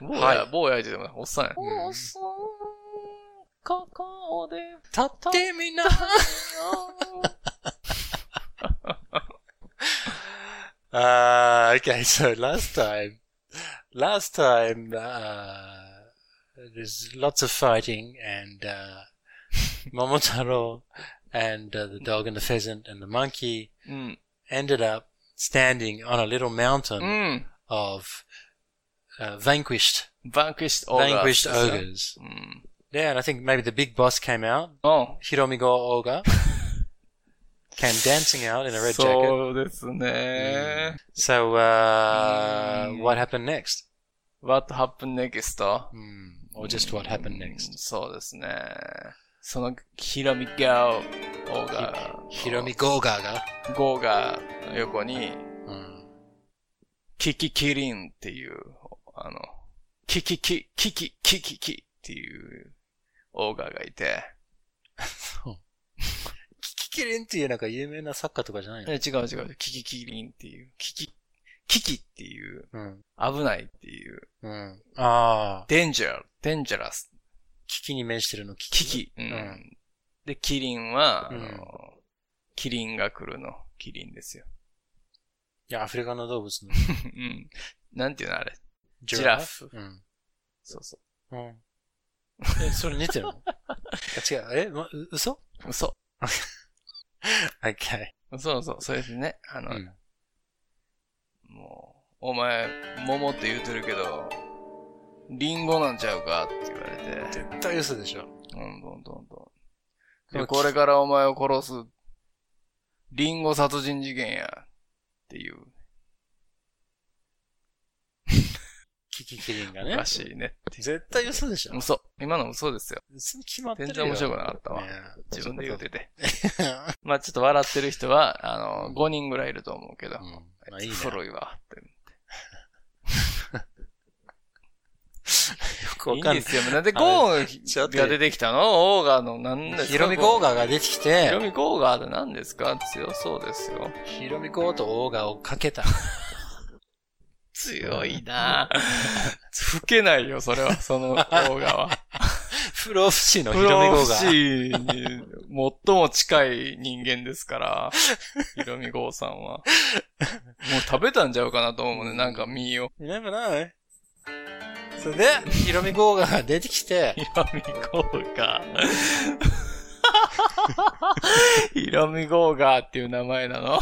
[SPEAKER 1] 坊や、
[SPEAKER 2] い
[SPEAKER 1] 坊や言うてもおっさんや。
[SPEAKER 2] ん
[SPEAKER 1] おっさん、カカオで
[SPEAKER 2] 立ってみな。Uh, okay, [laughs] so last time, last time, uh, there's lots of fighting and, uh, Momotaro and uh, the dog and the pheasant and the monkey
[SPEAKER 1] うん。
[SPEAKER 2] ended up standing on a little
[SPEAKER 1] う
[SPEAKER 2] mountain
[SPEAKER 1] ん。
[SPEAKER 2] of uh, vanquished,
[SPEAKER 1] バンクイシットオーガー。
[SPEAKER 2] vanquished ogres.
[SPEAKER 1] うん。
[SPEAKER 2] Yeah, and I think maybe the big boss came out,
[SPEAKER 1] う
[SPEAKER 2] Hiromigo ogre, came dancing out in a
[SPEAKER 1] ん。
[SPEAKER 2] red jacket.
[SPEAKER 1] そうですね。
[SPEAKER 2] So, uh,
[SPEAKER 1] Mm.
[SPEAKER 2] what happened next?
[SPEAKER 1] What happened next?
[SPEAKER 2] Hmm, or just what happened
[SPEAKER 1] うん
[SPEAKER 2] next.
[SPEAKER 1] そうですね。その、ヒロミガオ、オーガー。
[SPEAKER 2] Hiromi Goga が、
[SPEAKER 1] ゴーガーの横に、
[SPEAKER 2] うん、
[SPEAKER 1] キキキリンっていう、あの、キキキ、キキ、キキキっていう、オーガーがいて。
[SPEAKER 2] キキキリンっていうなんか有名な作家とかじゃないの
[SPEAKER 1] え違う違う、キキキリンっていう、キキ、キキっていう、
[SPEAKER 2] うん。
[SPEAKER 1] 危ないっていう、
[SPEAKER 2] うん。ああ。
[SPEAKER 1] デンジャー、デンジャラス
[SPEAKER 2] キキに面してるのキ
[SPEAKER 1] キ
[SPEAKER 2] キ。
[SPEAKER 1] キ。うん
[SPEAKER 2] ん
[SPEAKER 1] で、キリンは、あの
[SPEAKER 2] うん
[SPEAKER 1] キリンが来るの。キリンですよ。 [laughs]
[SPEAKER 2] いや、アフリカの動物の。
[SPEAKER 1] うん。なんていうのあれ。
[SPEAKER 2] ジ
[SPEAKER 1] ラフ
[SPEAKER 2] うん。
[SPEAKER 1] そうそ
[SPEAKER 2] うん。え、それ似てるの
[SPEAKER 1] [laughs]
[SPEAKER 2] あ違う。え、ま、う嘘
[SPEAKER 1] う。嘘。
[SPEAKER 2] ?OK。
[SPEAKER 1] そうそう。それでね、あ
[SPEAKER 2] う
[SPEAKER 1] の、
[SPEAKER 2] ん。
[SPEAKER 1] もう、お前、桃って言うてるけど、リンゴなんちゃうかって言われて、
[SPEAKER 2] 絶対嘘でしょ。
[SPEAKER 1] どんどんどんどん。で、
[SPEAKER 2] でも
[SPEAKER 1] これからお前を殺す、リンゴ殺人事件や、っていう、
[SPEAKER 2] キキキリンがね
[SPEAKER 1] ら。しいね。
[SPEAKER 2] 絶対嘘でしょ。
[SPEAKER 1] 嘘。今の嘘ですよ。
[SPEAKER 2] 嘘に決まってる
[SPEAKER 1] 全然
[SPEAKER 2] よ。
[SPEAKER 1] 面白くなかったわ。
[SPEAKER 2] いや
[SPEAKER 1] 自分で言うてて。
[SPEAKER 2] そういうこ
[SPEAKER 1] まあちょっと笑ってる人は、あの、5人ぐらいいると思うけど、
[SPEAKER 2] とうん。ま
[SPEAKER 1] あ
[SPEAKER 2] あ
[SPEAKER 1] い
[SPEAKER 2] いい
[SPEAKER 1] つ
[SPEAKER 2] ね。
[SPEAKER 1] 古いわって。
[SPEAKER 2] よくわ
[SPEAKER 1] いい
[SPEAKER 2] かん
[SPEAKER 1] ん
[SPEAKER 2] な
[SPEAKER 1] で
[SPEAKER 2] い。
[SPEAKER 1] すよ。なんでゴ
[SPEAKER 2] ちょっ
[SPEAKER 1] ー
[SPEAKER 2] と
[SPEAKER 1] が出てきたのオーガの何ですか
[SPEAKER 2] ヒロミゴー
[SPEAKER 1] ガ
[SPEAKER 2] ガーが出てき
[SPEAKER 1] ヒロ
[SPEAKER 2] て、
[SPEAKER 1] ミゴーガーって何ですか強そうですよ。
[SPEAKER 2] ヒロミゴーとオーガーをかけた。
[SPEAKER 1] 強いなぁ。吹けないよ、それは。そのオーガ [laughs] は。
[SPEAKER 2] [laughs] 不老不死のヒ
[SPEAKER 1] プ
[SPEAKER 2] ロミ
[SPEAKER 1] ロフ
[SPEAKER 2] ゴーガー。
[SPEAKER 1] シーに最も近い人間です [laughs] から、ヒロミゴーさんは。もう食べたんちゃうかなと思うね。なんか身を。
[SPEAKER 2] You never know. それで、ヒロミゴーガーが出てきて、
[SPEAKER 1] ヒラミゴーガ [laughs] ー。ヒラミゴーガーっていう名前なの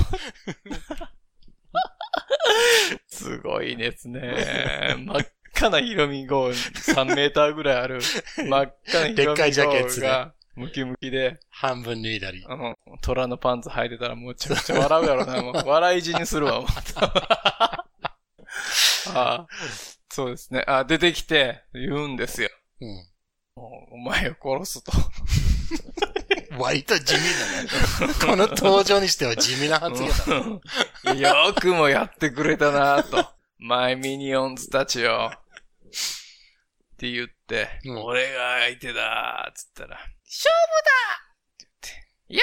[SPEAKER 1] すごいですね。真っ赤なヒロミゴー、3メーターぐらいある。真っ赤なヒロミゴ
[SPEAKER 2] でっかいジャケット
[SPEAKER 1] ー
[SPEAKER 2] ね
[SPEAKER 1] が、ムキムキで、
[SPEAKER 2] 半分脱いだ [laughs] り。
[SPEAKER 1] うん、虎のパンツ履いてたらもうめちゃくちゃ笑うやろな。もう [laughs] 笑い死にするわ、また。ああそうですね。あ、出てきて言うんですよ。
[SPEAKER 2] うん。
[SPEAKER 1] もうお前を殺すと。
[SPEAKER 2] 割と地味だね。この登場にしては地味な発言だ。
[SPEAKER 1] うんよくもやってくれたなと。マイミニオンズたちよ。って言って、
[SPEAKER 2] うん
[SPEAKER 1] 俺が相手だっつったら、勝負だって言って、いや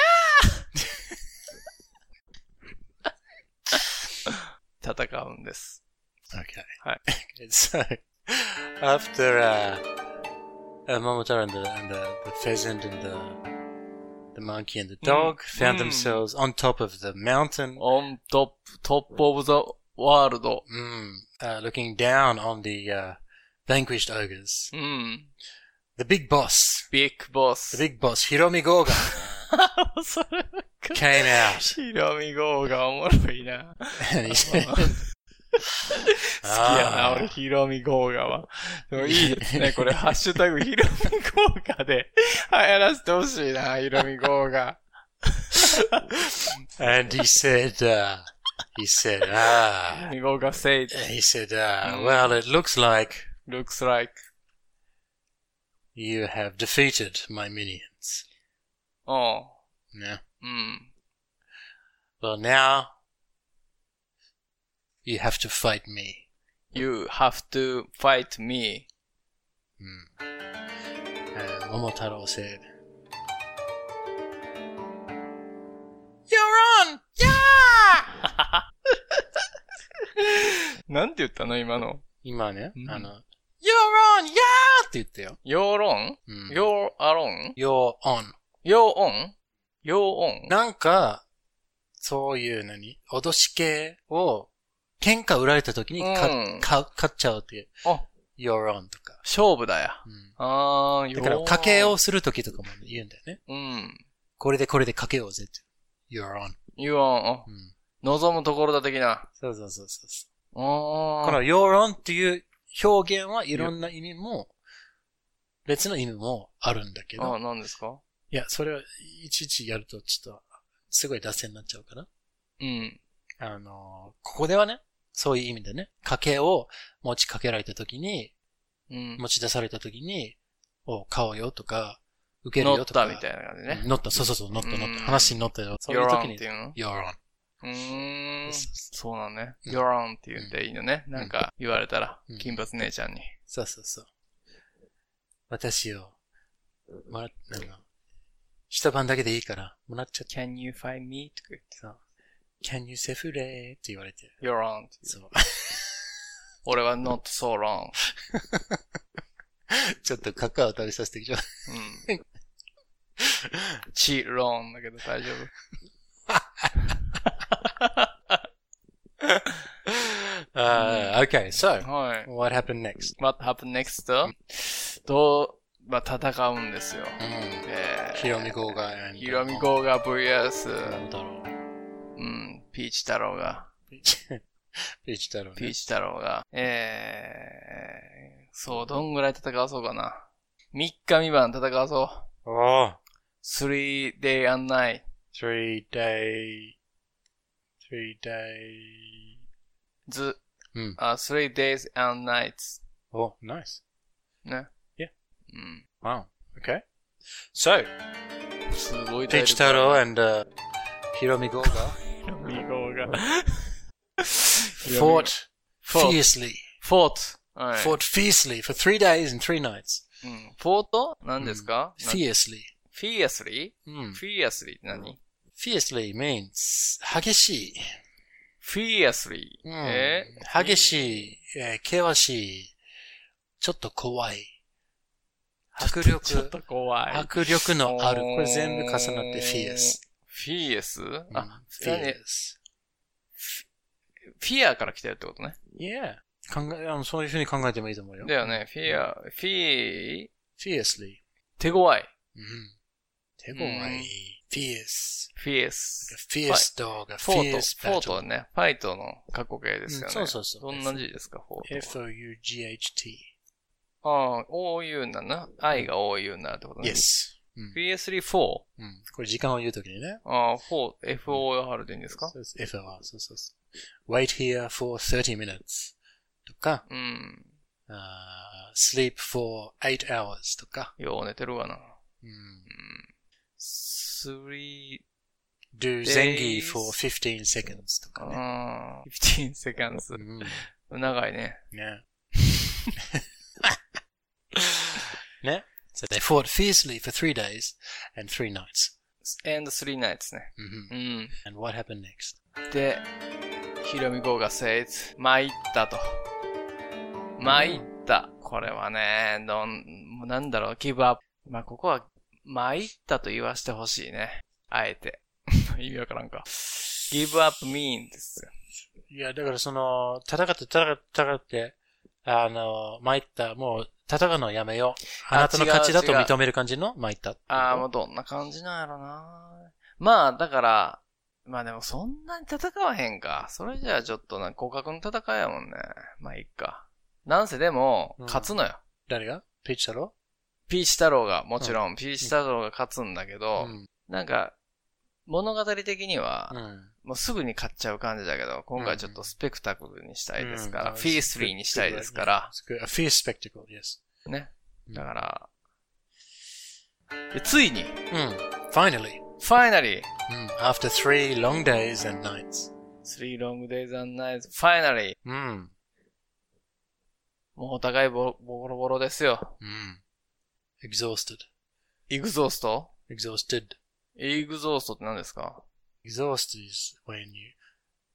[SPEAKER 1] ー戦うんです。
[SPEAKER 2] Okay.
[SPEAKER 1] Hi.
[SPEAKER 2] so after uh, uh, Momotaro and, the, and the, the pheasant and the the monkey and the dog found
[SPEAKER 1] Mm.
[SPEAKER 2] themselves on top of the mountain,
[SPEAKER 1] オントップ、トップオブザワールド。
[SPEAKER 2] mm, uh, looking down on the uh, vanquished ogres.
[SPEAKER 1] うん。
[SPEAKER 2] The big boss,
[SPEAKER 1] ビッグボ
[SPEAKER 2] the [laughs]
[SPEAKER 1] ス。
[SPEAKER 2] big boss Hiromi Goga
[SPEAKER 1] それ、
[SPEAKER 2] came out,
[SPEAKER 1] ヒロミ号がおもろいな。
[SPEAKER 2] [laughs] and he [laughs] said, Ah.
[SPEAKER 1] 好きやな、俺、ヒロミゴーガは。でもいいですね、これ、ハッシュタグヒロミゴーガで流行らせてほしいな、ヒロミゴーガ。
[SPEAKER 2] and he said, uh, he said, ah,
[SPEAKER 1] ヒロミゴーガ say it
[SPEAKER 2] he said, uh, well, it looks like
[SPEAKER 1] looks like,
[SPEAKER 2] you have defeated my minions.
[SPEAKER 1] うん。
[SPEAKER 2] Yeah.
[SPEAKER 1] うん。
[SPEAKER 2] Well, now you have to fight me.
[SPEAKER 1] You have to fight me.
[SPEAKER 2] Hmm. And Momotaro said,
[SPEAKER 1] You're on! なんて言ったの今の。
[SPEAKER 2] 今ね、
[SPEAKER 1] うん
[SPEAKER 2] あの、You're on! Yeah! って言ったよ。
[SPEAKER 1] You're on?
[SPEAKER 2] うん
[SPEAKER 1] You're alone?
[SPEAKER 2] You're on.
[SPEAKER 1] You're on? You're on?
[SPEAKER 2] なんか、そういう何脅し系を、喧嘩売られた時にか、
[SPEAKER 1] うん
[SPEAKER 2] か勝っちゃうっていう。
[SPEAKER 1] あ
[SPEAKER 2] You're on とか。
[SPEAKER 1] 勝負だよ。
[SPEAKER 2] うん
[SPEAKER 1] あー、
[SPEAKER 2] だから、
[SPEAKER 1] you're on
[SPEAKER 2] 賭けを。する時とかも言うんだよね。
[SPEAKER 1] うん。
[SPEAKER 2] これでこれで賭けようぜって。You're on.
[SPEAKER 1] You're on.
[SPEAKER 2] うん
[SPEAKER 1] 望むところだ的な。
[SPEAKER 2] そうそうそうそうそう。
[SPEAKER 1] あ
[SPEAKER 2] この世論っていう表現はいろんな意味も、別の意味もあるんだけ
[SPEAKER 1] あ
[SPEAKER 2] ど、
[SPEAKER 1] あ、何ですか
[SPEAKER 2] いや、それはいちいちやるとちょっと、すごい脱線になっちゃうから。
[SPEAKER 1] うん。
[SPEAKER 2] あの、ここではね、そういう意味でね、賭けを持ちかけられた時に、
[SPEAKER 1] うん。
[SPEAKER 2] 持ち出された時に、お、買おうよとか、受ける
[SPEAKER 1] 乗
[SPEAKER 2] よ
[SPEAKER 1] っ
[SPEAKER 2] とか。
[SPEAKER 1] たみたいな感じね。
[SPEAKER 2] 乗った、そうそうそう、乗った乗
[SPEAKER 1] う
[SPEAKER 2] っ
[SPEAKER 1] ん
[SPEAKER 2] た。話に乗ったよ。そうい
[SPEAKER 1] You're
[SPEAKER 2] う
[SPEAKER 1] on
[SPEAKER 2] 時
[SPEAKER 1] っ
[SPEAKER 2] に
[SPEAKER 1] て、いうの
[SPEAKER 2] You're on.
[SPEAKER 1] うーん。そうなんね。
[SPEAKER 2] うん
[SPEAKER 1] You're on って言っていいのね。なんか言われたら
[SPEAKER 2] うん、
[SPEAKER 1] 金髪姉ちゃんに。
[SPEAKER 2] そうそうそう。私を、もらっ、あの、一晩だけでいいから、もらっちゃって。
[SPEAKER 1] Can you find me? とか言って
[SPEAKER 2] そう Can you say f r e って言われて。
[SPEAKER 1] You're on. [laughs]
[SPEAKER 2] そう。
[SPEAKER 1] 俺は not so long.
[SPEAKER 2] ちょっとカカオ食べさせてきちゃう。
[SPEAKER 1] う
[SPEAKER 2] [laughs]
[SPEAKER 1] ん。チーローンだけど大丈夫。
[SPEAKER 2] あ Uh, okay, so,
[SPEAKER 1] はい。
[SPEAKER 2] what happened next?
[SPEAKER 1] What happened next? どう、まあ、戦うんですよ。
[SPEAKER 2] うん。
[SPEAKER 1] えー
[SPEAKER 2] ヒロミゴーガー and um,
[SPEAKER 1] ヒロミゴーガ VS、
[SPEAKER 2] だろ
[SPEAKER 1] う
[SPEAKER 2] う。
[SPEAKER 1] ん、ピーチ太郎が、
[SPEAKER 2] ピーチ、ピーチだろう
[SPEAKER 1] ピー
[SPEAKER 2] ね。
[SPEAKER 1] チ太郎が、えー、そう、どんぐらい戦わそうかな。3日3晩戦わそう。
[SPEAKER 2] お
[SPEAKER 1] 3 day and night.
[SPEAKER 2] Oh, three day, three day.
[SPEAKER 1] ず、
[SPEAKER 2] うん
[SPEAKER 1] あ、3 days and nights.
[SPEAKER 2] お Oh, nice.
[SPEAKER 1] ね。
[SPEAKER 2] Yeah.
[SPEAKER 1] うん。
[SPEAKER 2] Wow. Okay. So,
[SPEAKER 1] すごい
[SPEAKER 2] Peach
[SPEAKER 1] 大量
[SPEAKER 2] Taro and uh, Hiromi Goga
[SPEAKER 1] ヒロミゴー [laughs] が。
[SPEAKER 2] fought
[SPEAKER 1] Fought.
[SPEAKER 2] fiercely.
[SPEAKER 1] フォート。はい。
[SPEAKER 2] Fought fiercely for three days and three nights.
[SPEAKER 1] うんフォート何ですか
[SPEAKER 2] Fiercely.
[SPEAKER 1] フィアスリー
[SPEAKER 2] Mm.
[SPEAKER 1] フィアスリーって何
[SPEAKER 2] Fiercely means 激しい。
[SPEAKER 1] フィアスリー。
[SPEAKER 2] うん
[SPEAKER 1] えー
[SPEAKER 2] 激しい、えー険しい、ちょっと怖い。迫
[SPEAKER 1] ちょっ
[SPEAKER 2] 力、
[SPEAKER 1] と怖い。
[SPEAKER 2] 迫力のある。
[SPEAKER 1] おー
[SPEAKER 2] これ全部重なってフィエス。
[SPEAKER 1] フィエスあ、
[SPEAKER 2] フィエス。
[SPEAKER 1] フィアから来てるってことね。
[SPEAKER 2] Yeah. 考え、あのそういうふうに考えてもいいと思うよ。
[SPEAKER 1] だよね。fear, fear,
[SPEAKER 2] fiercely.
[SPEAKER 1] 手強い。
[SPEAKER 2] うん。手強い。fierce.
[SPEAKER 1] fierce.
[SPEAKER 2] fierce dog.
[SPEAKER 1] フォー
[SPEAKER 2] fierce
[SPEAKER 1] ト、フォー
[SPEAKER 2] battle.
[SPEAKER 1] トね。ファイトの過去形ですよね。
[SPEAKER 2] うんそうそうそう
[SPEAKER 1] どんな字ですか、フォート
[SPEAKER 2] F-O-U-G-H-T.
[SPEAKER 1] は。ああ、OU なんだな。I が OU になるってことね。
[SPEAKER 2] Yes. うん。
[SPEAKER 1] PS34。
[SPEAKER 2] うん。これ時間を言うときにね。
[SPEAKER 1] ああ、4、FOR でいいんですか
[SPEAKER 2] そうです FOR。そうそうそう。wait here for 30 minutes. とか、
[SPEAKER 1] うん。
[SPEAKER 2] あー sleep for 8 hours Hmm. とか、
[SPEAKER 1] よう寝てるわな。
[SPEAKER 2] うん、
[SPEAKER 1] 3、
[SPEAKER 2] do
[SPEAKER 1] Days
[SPEAKER 2] zengi for 15 seconds Hmm. とかね。
[SPEAKER 1] ああ、15 seconds
[SPEAKER 2] う。ん
[SPEAKER 1] 長いね。
[SPEAKER 2] ね。ね。So they fought fiercely for three days and three nights.
[SPEAKER 1] and 3 nights ね。
[SPEAKER 2] Mhm.
[SPEAKER 1] うん。
[SPEAKER 2] And what happened next?
[SPEAKER 1] で、ヒロミ号が says, 参ったと。参った。これはね、どん、なんだろう、ギブアップ。まあ、ここは、参ったと言わしてほしいね。あえて。 [laughs] 意味わからんか。give up mean ですよ。
[SPEAKER 2] いや、だからその、戦って戦って戦って、あの、参った、もう戦うのをやめよう。
[SPEAKER 1] あ
[SPEAKER 2] あなたの勝ちだと
[SPEAKER 1] 違う違う
[SPEAKER 2] 認める感じの参った。
[SPEAKER 1] ああ、もうどんな感じなんやろな。まあ、だから、まあでもそんなに戦わへんか。それじゃあちょっとな、互角の戦いやもんね。まあいっか。なんせでも、
[SPEAKER 2] うん
[SPEAKER 1] 勝つのよ。
[SPEAKER 2] 誰がピッチだろ
[SPEAKER 1] ピーチ太郎が、もちろん、ピーチ太郎が勝つんだけ
[SPEAKER 2] う
[SPEAKER 1] ど、
[SPEAKER 2] ん。
[SPEAKER 1] なんか、物語的には、
[SPEAKER 2] うん。
[SPEAKER 1] もうすぐに勝っちゃう感じだけど、今回ちょっとスペクタクルにしたいですから、フィースリーにしたいですから、
[SPEAKER 2] A fierce spectacle, yes.
[SPEAKER 1] ね。
[SPEAKER 2] うん
[SPEAKER 1] だから、でついに、
[SPEAKER 2] うん。Finally.
[SPEAKER 1] ファイナリー、
[SPEAKER 2] うん。After three long days and nights.
[SPEAKER 1] 3 long days and nights, finally,
[SPEAKER 2] うん。
[SPEAKER 1] もうお互いボロボロボロですよ。
[SPEAKER 2] うん。exhausted.
[SPEAKER 1] イグゾースト
[SPEAKER 2] exhausted.
[SPEAKER 1] イグゾーストって何ですか
[SPEAKER 2] exhaust is when you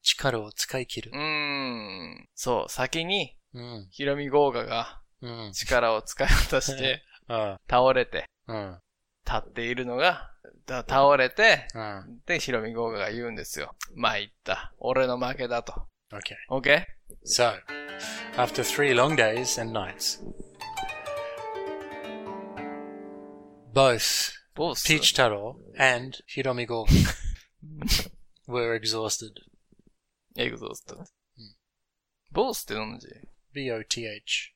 [SPEAKER 2] 力を使い切る
[SPEAKER 1] うー。ん。そう、先に、
[SPEAKER 2] うん。
[SPEAKER 1] ヒロミ豪華が
[SPEAKER 2] うん。
[SPEAKER 1] 力を使い果たして、
[SPEAKER 2] あ
[SPEAKER 1] 倒れて、
[SPEAKER 2] あ。うん。
[SPEAKER 1] 立っているのが、だ倒れて、
[SPEAKER 2] うん。
[SPEAKER 1] で、ヒロミ豪華が言うんですよ。まあ、言った。俺の負けだと。
[SPEAKER 2] Okay.
[SPEAKER 1] OK?
[SPEAKER 2] So, after three long days and nights, both
[SPEAKER 1] ボス。
[SPEAKER 2] Peach Taro and Hiromi Go were exhausted.
[SPEAKER 1] エグゾースト。ボスって何の字
[SPEAKER 2] B O T H.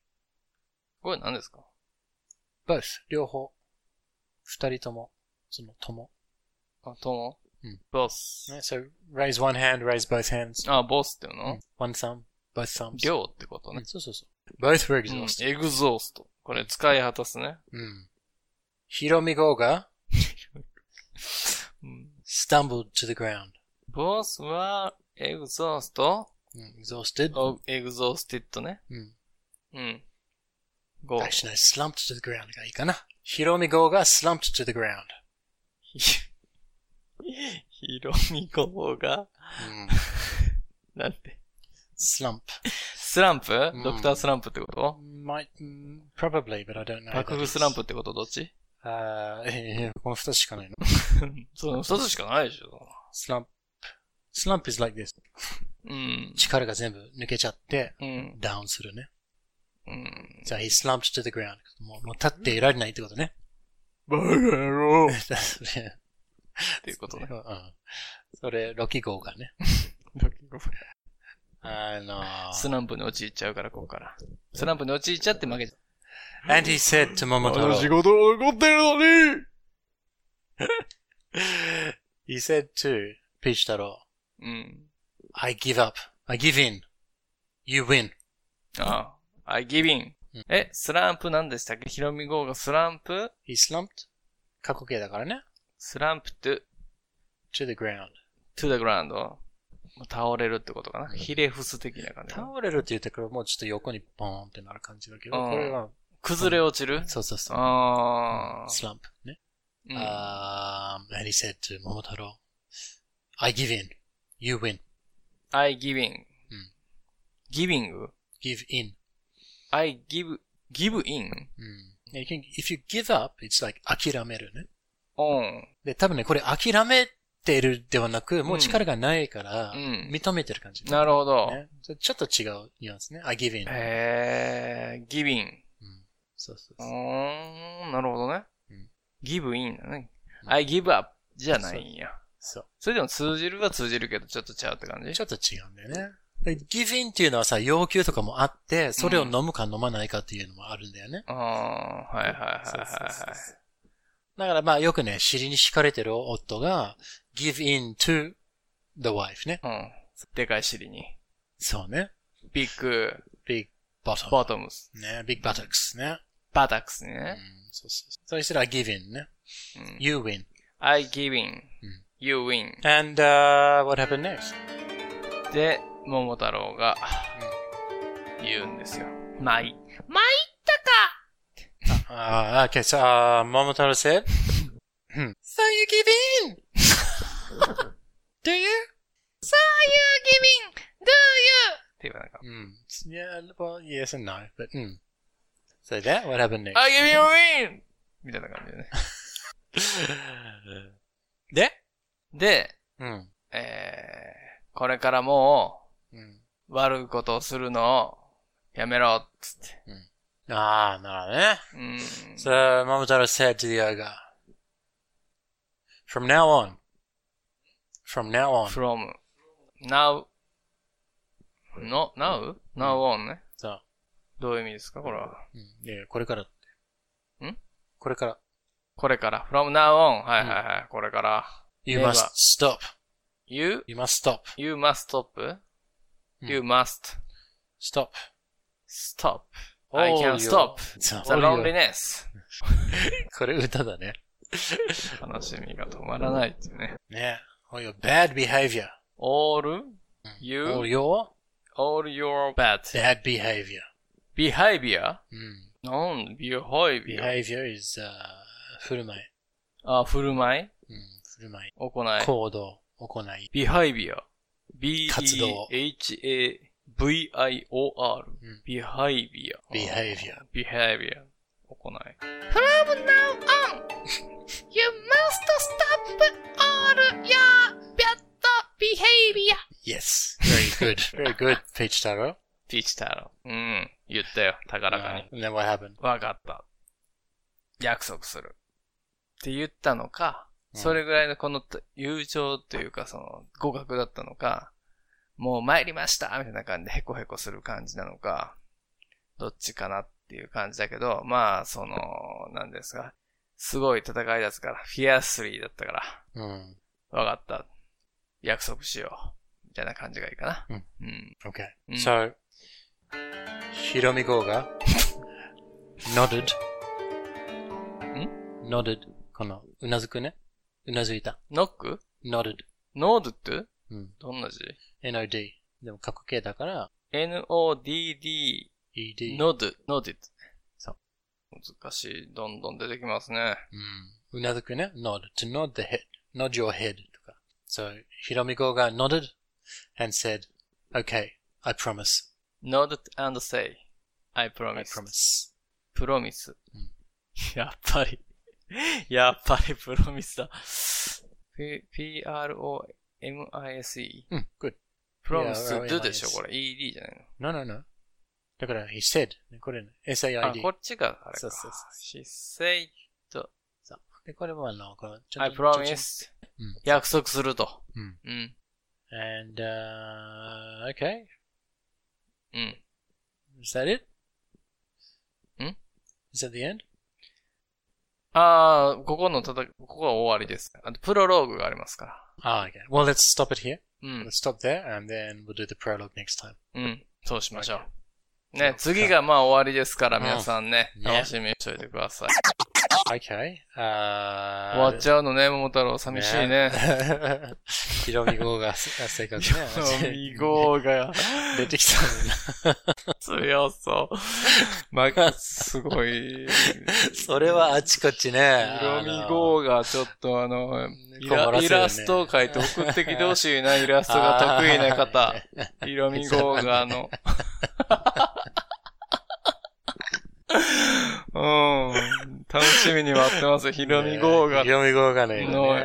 [SPEAKER 1] これ何ですか
[SPEAKER 2] both 両方。二人とも。その、とも。
[SPEAKER 1] あ、とも
[SPEAKER 2] うん
[SPEAKER 1] ボス。
[SPEAKER 2] ね so, raise one hand, raise both hands.
[SPEAKER 1] あ、ボスっていうの、
[SPEAKER 2] One thumb, both thumbs. Mm,
[SPEAKER 1] 量ってこと
[SPEAKER 2] う
[SPEAKER 1] ね
[SPEAKER 2] ん。そうそうそう。both were
[SPEAKER 1] うん
[SPEAKER 2] exhausted. Mm.
[SPEAKER 1] エグゾースト。これ使い果たすね。
[SPEAKER 2] うん。ヒロミゴが stumbled to the ground.
[SPEAKER 1] ボスは、エグゾースト
[SPEAKER 2] うん Mm, exhausted.
[SPEAKER 1] おエグゾースティッドね。
[SPEAKER 2] うん
[SPEAKER 1] うん。ゴー。 [laughs]
[SPEAKER 2] Actually, no, slumped to the ground がいいかな。ヒロミゴが slumped to the ground.
[SPEAKER 1] ヒロミゴーが、
[SPEAKER 2] うん。
[SPEAKER 1] なんて。
[SPEAKER 2] slump.
[SPEAKER 1] スランプ、
[SPEAKER 2] ん
[SPEAKER 1] ドクタースランプってこと
[SPEAKER 2] Might, mm, probably, but I don't know.
[SPEAKER 1] 爆風スランプってことどっ [laughs] ち
[SPEAKER 2] あ [laughs] ーえーこの二つしかないの。
[SPEAKER 1] その二つしかないでしょ。
[SPEAKER 2] slump. slump is like this.
[SPEAKER 1] うん。
[SPEAKER 2] 力が全部抜けちゃって、
[SPEAKER 1] うん。
[SPEAKER 2] ダウンするね。
[SPEAKER 1] うん。
[SPEAKER 2] じゃあ、he slumped to the ground. もうもう立っていられないってことね。 [laughs]
[SPEAKER 1] バカ野郎っ
[SPEAKER 2] だそれ、
[SPEAKER 1] ていうことね。
[SPEAKER 2] うん。それ、ロキ号がね。あの
[SPEAKER 1] スランプに陥っちゃうから、ここから。スランプに陥っちゃって負けちゃう。
[SPEAKER 2] and he said to
[SPEAKER 1] [laughs]
[SPEAKER 2] 桃太郎。
[SPEAKER 1] 事が残ってるのに
[SPEAKER 2] he said to ピーチ太郎。
[SPEAKER 1] うん。
[SPEAKER 2] I give up. I give in. You win.
[SPEAKER 1] ああ。I give in.
[SPEAKER 2] うん
[SPEAKER 1] え、スランプ何でしたっけヒロミ号がスランプ
[SPEAKER 2] he slumped. 過去形だからね。
[SPEAKER 1] スランプ to,
[SPEAKER 2] to the ground.
[SPEAKER 1] to the ground. 倒れるってことかな。ひれ伏す的な感じ。
[SPEAKER 2] 倒れるって言ったからもうちょっと横にボーンってなる感じだけど、
[SPEAKER 1] うん
[SPEAKER 2] これは、
[SPEAKER 1] 崩れ落ちる
[SPEAKER 2] そうそうそう。
[SPEAKER 1] ああ。
[SPEAKER 2] スランプね。
[SPEAKER 1] うん
[SPEAKER 2] Um, and he said to Momotaro, I give in. You win.
[SPEAKER 1] I give in.
[SPEAKER 2] ん
[SPEAKER 1] giving?
[SPEAKER 2] Give in.
[SPEAKER 1] I give, give in?
[SPEAKER 2] You can, if you give up, it's like 諦めるね。
[SPEAKER 1] on.
[SPEAKER 2] で、多分ね、これ諦めってるではなく、もう力がないから、
[SPEAKER 1] うん
[SPEAKER 2] 認めてる感じ、
[SPEAKER 1] なるほど。
[SPEAKER 2] ねちょちょっと違うニュアンスね。I give in.
[SPEAKER 1] えー、ギビン。
[SPEAKER 2] うんそうそ
[SPEAKER 1] う
[SPEAKER 2] うそう
[SPEAKER 1] ーん、なるほどね
[SPEAKER 2] うん。
[SPEAKER 1] ギブインだね。
[SPEAKER 2] うん
[SPEAKER 1] I give up じゃないんや。
[SPEAKER 2] そ
[SPEAKER 1] それでも通じるは通じるけど、ちょっとちゃうって感
[SPEAKER 2] う。
[SPEAKER 1] じ
[SPEAKER 2] ちょっと違うんだよね。で give in っていうのはさ、要求とかもあって、それを飲むか飲まないかっていうのもあるんだよね。
[SPEAKER 1] ああー、はいはいはい
[SPEAKER 2] そうそう
[SPEAKER 1] はい
[SPEAKER 2] そう
[SPEAKER 1] はい。
[SPEAKER 2] そうだからまあよくね、尻に敷かれてる夫が、give in to the wife ね。
[SPEAKER 1] うん。でかい尻に。
[SPEAKER 2] そうね。
[SPEAKER 1] ビッグ、
[SPEAKER 2] big bottom.
[SPEAKER 1] ボトムス。
[SPEAKER 2] ね、big buttocks ね。
[SPEAKER 1] バタックス
[SPEAKER 2] うん
[SPEAKER 1] ね。、
[SPEAKER 2] そうそうそう。それしたら give in ね。
[SPEAKER 1] うん
[SPEAKER 2] you win.
[SPEAKER 1] I giving,
[SPEAKER 2] ん
[SPEAKER 1] you win.
[SPEAKER 2] And, uh, what happened next?
[SPEAKER 1] で、桃太郎が、言うんですよ。まい。まいったか
[SPEAKER 2] Uh, okay, so, uh, Momotaro said, [laughs] hmm, So you give in! Do you?
[SPEAKER 1] って言わなかっ
[SPEAKER 2] Mm. Yeah, well, yes and no, but, mm. So that, what happened
[SPEAKER 1] た。
[SPEAKER 2] next?
[SPEAKER 1] I give you a win! みたいな感じでね。
[SPEAKER 2] で
[SPEAKER 1] で、
[SPEAKER 2] うん。
[SPEAKER 1] えー、これからも
[SPEAKER 2] うん。
[SPEAKER 1] う、悪いことをするのを、やめろ、つって。
[SPEAKER 2] ああ、なるほど
[SPEAKER 1] う
[SPEAKER 2] ね。
[SPEAKER 1] ん。
[SPEAKER 2] So, Momotaro said to the ogre, From now on, from now on,
[SPEAKER 1] from, now, no, now? now on ね。
[SPEAKER 2] そう
[SPEAKER 1] どういう意味ですかこれは。
[SPEAKER 2] うんいやいやこれからって。
[SPEAKER 1] ん
[SPEAKER 2] これから。
[SPEAKER 1] これから。from now on. はいはいはい。これから。
[SPEAKER 2] You
[SPEAKER 1] では
[SPEAKER 2] must stop.
[SPEAKER 1] you,
[SPEAKER 2] You must stop.
[SPEAKER 1] you must stop. You must
[SPEAKER 2] Stop.
[SPEAKER 1] stop. I
[SPEAKER 2] [laughs] All
[SPEAKER 1] can
[SPEAKER 2] your-
[SPEAKER 1] stop
[SPEAKER 2] そう
[SPEAKER 1] the
[SPEAKER 2] all your-
[SPEAKER 1] loneliness.
[SPEAKER 2] これ歌だね。
[SPEAKER 1] 楽しみが止まらないっていうね。
[SPEAKER 2] ね。All your bad behavior.
[SPEAKER 1] all, you,
[SPEAKER 2] All
[SPEAKER 1] all,
[SPEAKER 2] your
[SPEAKER 1] your bad
[SPEAKER 2] bad behavior.
[SPEAKER 1] behavior?
[SPEAKER 2] うん。
[SPEAKER 1] non behavior.
[SPEAKER 2] behavior is, uh, 振る舞い。
[SPEAKER 1] あ、振る舞い
[SPEAKER 2] うん。振る舞い。
[SPEAKER 1] 行い。
[SPEAKER 2] 行動。行い。
[SPEAKER 1] behavior. b
[SPEAKER 2] 活動
[SPEAKER 1] e h a v i o r
[SPEAKER 2] ん
[SPEAKER 1] behavior.
[SPEAKER 2] behavior.
[SPEAKER 1] behavior. 行い。
[SPEAKER 4] From now on, you must stop all your bad behavior.
[SPEAKER 2] Yes. Very good. [laughs] Very good, Peach Taro. Uh,
[SPEAKER 1] ピーチ太郎。うん。言ったよ。高らかに。
[SPEAKER 2] And then what happened?
[SPEAKER 1] わかった。約束する。って言ったのか、
[SPEAKER 2] うん
[SPEAKER 1] それぐらいのこの友情というか、その、互角だったのか、もう参りましたみたいな感じでヘコヘコする感じなのか、どっちかなっていう感じだけど、まあ、その、なんですか。すごい戦いだったから、フィアスリーだったから、
[SPEAKER 2] うん。
[SPEAKER 1] わかった。約束しよう。みたいな感じがいいかな。
[SPEAKER 2] うん。
[SPEAKER 1] うん。
[SPEAKER 2] Okay.
[SPEAKER 1] Mm.
[SPEAKER 2] So, Hiromi Goga nodded. nodded. この、うなずくね。うなずいた。
[SPEAKER 1] ノック
[SPEAKER 2] nodded.
[SPEAKER 1] ノードって
[SPEAKER 2] うん。
[SPEAKER 1] どんな字
[SPEAKER 2] nod. でも過去形だから、
[SPEAKER 1] ?nodd
[SPEAKER 2] ed.
[SPEAKER 1] Nod, nodded.
[SPEAKER 2] そう
[SPEAKER 1] 難しい。どんどん出てきますね。
[SPEAKER 2] うん。うなずくね。nod. Hmm. to nod the head. nod your head. とか。So, Hiromi Goga nodded and said, okay, I promise.
[SPEAKER 1] nod and say, I
[SPEAKER 2] I
[SPEAKER 1] promise.
[SPEAKER 2] promise.
[SPEAKER 1] promise.
[SPEAKER 2] うん
[SPEAKER 1] やっぱり。 [laughs] やっぱりプロミスだ。P- p-r-o-m-i-s-e。
[SPEAKER 2] うん。good. Hmm,
[SPEAKER 1] promise
[SPEAKER 2] P-R-O-M-I-S-E
[SPEAKER 1] do でしょこれ。ed じゃない
[SPEAKER 2] no, no, no. だから、he said. これね。
[SPEAKER 1] の。あ、
[SPEAKER 2] said.
[SPEAKER 1] こっちがあれか。
[SPEAKER 2] そうそうそう
[SPEAKER 1] she said,
[SPEAKER 2] で、これもあの、この、ち
[SPEAKER 1] I
[SPEAKER 2] ちょち
[SPEAKER 1] promise.
[SPEAKER 2] うん
[SPEAKER 1] 約束すると。
[SPEAKER 2] うん
[SPEAKER 1] うん。
[SPEAKER 2] ょ And, uh, okay.
[SPEAKER 1] うん。
[SPEAKER 2] Is that it?
[SPEAKER 1] ん
[SPEAKER 2] ?Is that the end?
[SPEAKER 1] ああ、ここの戦い、ここは終わりです。あと、プロローグがありますから。
[SPEAKER 2] Ah, okay. Well, let's stop it here.
[SPEAKER 1] うん。
[SPEAKER 2] Let's stop there, and then we'll do the prologue next time.
[SPEAKER 1] うん。そうしましょう。ね、次がまあ終わりですから、
[SPEAKER 2] うん
[SPEAKER 1] 皆さんね、
[SPEAKER 2] ね
[SPEAKER 1] 楽しみにしといてください。
[SPEAKER 2] Okay. Uh,
[SPEAKER 1] 終わ
[SPEAKER 2] [laughs]
[SPEAKER 1] っちゃうのね、桃太郎、寂しいね。
[SPEAKER 2] ひろみ号が、せっかくね。
[SPEAKER 1] 見号
[SPEAKER 2] [laughs]
[SPEAKER 1] が
[SPEAKER 2] 出てきたのにな。
[SPEAKER 1] 強そう。まあ、すごい。
[SPEAKER 2] それはあちこちね。
[SPEAKER 1] 色味号がちょっとあの、イ
[SPEAKER 2] 困ら
[SPEAKER 1] ラ
[SPEAKER 2] せるね
[SPEAKER 1] イラストを描いて送ってきてほしいな、イ [laughs] ラストが得意な
[SPEAKER 2] [laughs]
[SPEAKER 1] 方。色味号があの。うん。楽しみに待ってます。ヒロミ号が
[SPEAKER 2] ひろみ号がね。
[SPEAKER 1] の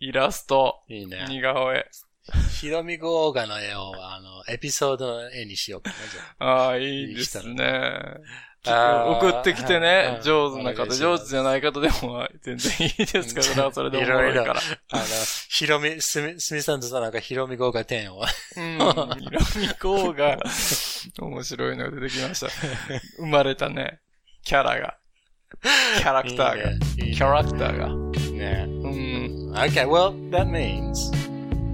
[SPEAKER 1] イラスト。
[SPEAKER 2] いいね。
[SPEAKER 1] 似顔絵。
[SPEAKER 2] ヒロミゴーガの絵を、あの、エピソードの絵にしようかな、じゃ
[SPEAKER 1] ああ、いいですね。
[SPEAKER 2] あ
[SPEAKER 1] 送ってきて
[SPEAKER 2] あ
[SPEAKER 1] ね、
[SPEAKER 2] ー
[SPEAKER 1] 上手な
[SPEAKER 2] お願
[SPEAKER 1] 方、
[SPEAKER 2] いしま
[SPEAKER 1] 上
[SPEAKER 2] す
[SPEAKER 1] 手じゃない方でも全然いいですから、それはそれでも
[SPEAKER 2] いろいろ
[SPEAKER 1] から。
[SPEAKER 2] あ。あの、ヒロミ、すみ、すみさんとさ、なんかヒロミゴーガ10を。
[SPEAKER 1] [laughs] うん、ヒロミコーが、面白いのが出てきました。生まれたね、キャラが。キャラクターが。
[SPEAKER 2] いいね
[SPEAKER 1] キャラクターが。う
[SPEAKER 2] いいね。
[SPEAKER 1] ん。
[SPEAKER 2] Okay, well, that means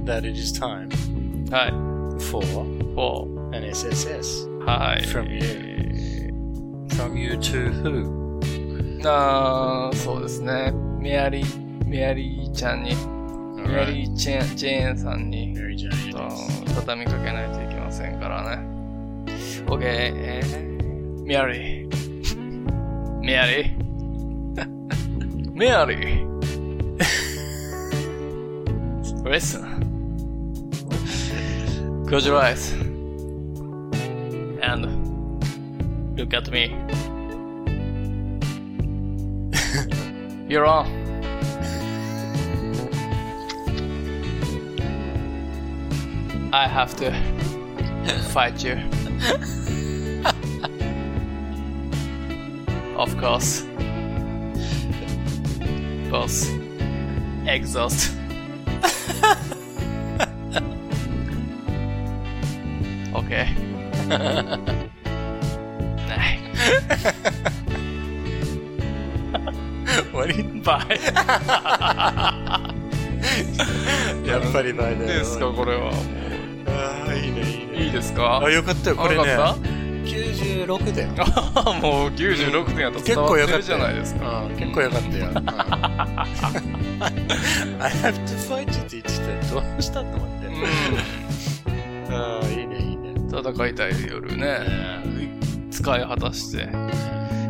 [SPEAKER 2] that it is time
[SPEAKER 1] はい。
[SPEAKER 2] for
[SPEAKER 1] 4。
[SPEAKER 2] an SSS
[SPEAKER 1] はい。
[SPEAKER 2] from you. From you to who?
[SPEAKER 1] あーそうですね。メアリー、メアリーちゃんに、メア
[SPEAKER 2] Alright,
[SPEAKER 1] リーチェーン、チェーンさんに、
[SPEAKER 2] Mary Jane. it
[SPEAKER 1] と
[SPEAKER 2] [laughs] is.
[SPEAKER 1] 畳みかけないといけませんからね。OK、えー、メアリー。メアリー。メアリー。Listen. Close your eyes. And look at me. You're on. I have to fight you. of course. Boss. Exhaust. okay. nah.
[SPEAKER 2] What do you-
[SPEAKER 1] Bye.
[SPEAKER 2] [laughs] やっぱりないね。
[SPEAKER 1] ですか、これは。
[SPEAKER 2] ああ、いいね、いいね。
[SPEAKER 1] いいですか
[SPEAKER 2] あ、よかったよ、これ
[SPEAKER 1] よ
[SPEAKER 2] ね。
[SPEAKER 1] かっ
[SPEAKER 2] 96だよ。
[SPEAKER 1] たもう96点やったら
[SPEAKER 2] 結
[SPEAKER 1] 伝わ
[SPEAKER 2] 構
[SPEAKER 1] っ
[SPEAKER 2] よ
[SPEAKER 1] て
[SPEAKER 2] かっ
[SPEAKER 1] る
[SPEAKER 2] た
[SPEAKER 1] じゃ
[SPEAKER 2] よ
[SPEAKER 1] ないですか。
[SPEAKER 2] うん、結構よかったよ。うん [laughs] I have to fight you って言ってて、どうしたと思って。ああ、いいね、いいね。
[SPEAKER 1] 戦いたい夜ね。使い果たして。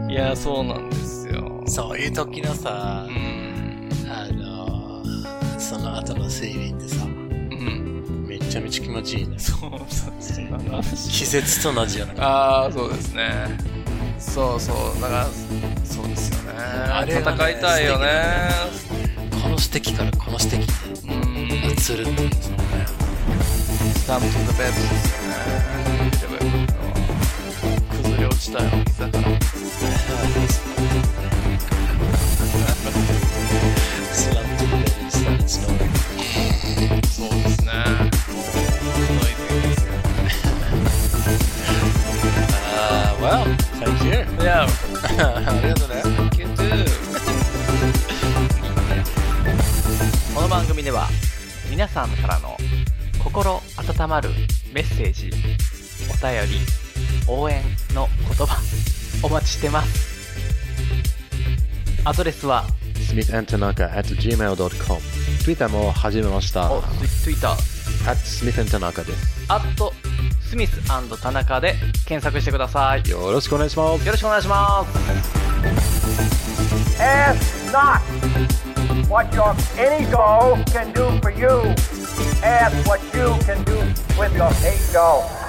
[SPEAKER 1] いや、そうなんですよ。
[SPEAKER 2] そういう時のさ
[SPEAKER 1] う、ん。
[SPEAKER 2] あのー、その後の睡眠ってさ、
[SPEAKER 1] うん。
[SPEAKER 2] めっちゃめちゃ気持ちいいね。
[SPEAKER 1] そう、そうなんだ。
[SPEAKER 2] 気絶と同じような。
[SPEAKER 1] [laughs] ああ、そうですね。そうそう。だから、そうですよね。
[SPEAKER 2] れはね
[SPEAKER 1] 戦いたいよね。
[SPEAKER 2] この指摘からこの指摘
[SPEAKER 1] うん。
[SPEAKER 2] に移るっていうそのね
[SPEAKER 1] Come to the bed ですよね。崩れ落ちたよ、膝から。
[SPEAKER 2] [laughs] Slam to the bed and started snoring.
[SPEAKER 1] そうですね。ノイズですよ。
[SPEAKER 2] Ah, well, thank you. [laughs]
[SPEAKER 1] Yeah,
[SPEAKER 2] ありがとうね。
[SPEAKER 1] you do.
[SPEAKER 8] この番組では皆さんからの心温まるメッセージお便り応援の言葉お待ちしてますアドレスは
[SPEAKER 9] smithandtanaka at gmail.com。Twitter も始めました。
[SPEAKER 8] お Twitter
[SPEAKER 9] at smithandtanaka です。
[SPEAKER 8] アットスミス田中で検索してくださいよ
[SPEAKER 9] よろしくお願いします。
[SPEAKER 8] ろしくお願いします
[SPEAKER 6] Ask not what your any dough can do for you. Ask what you can do with your eight dough.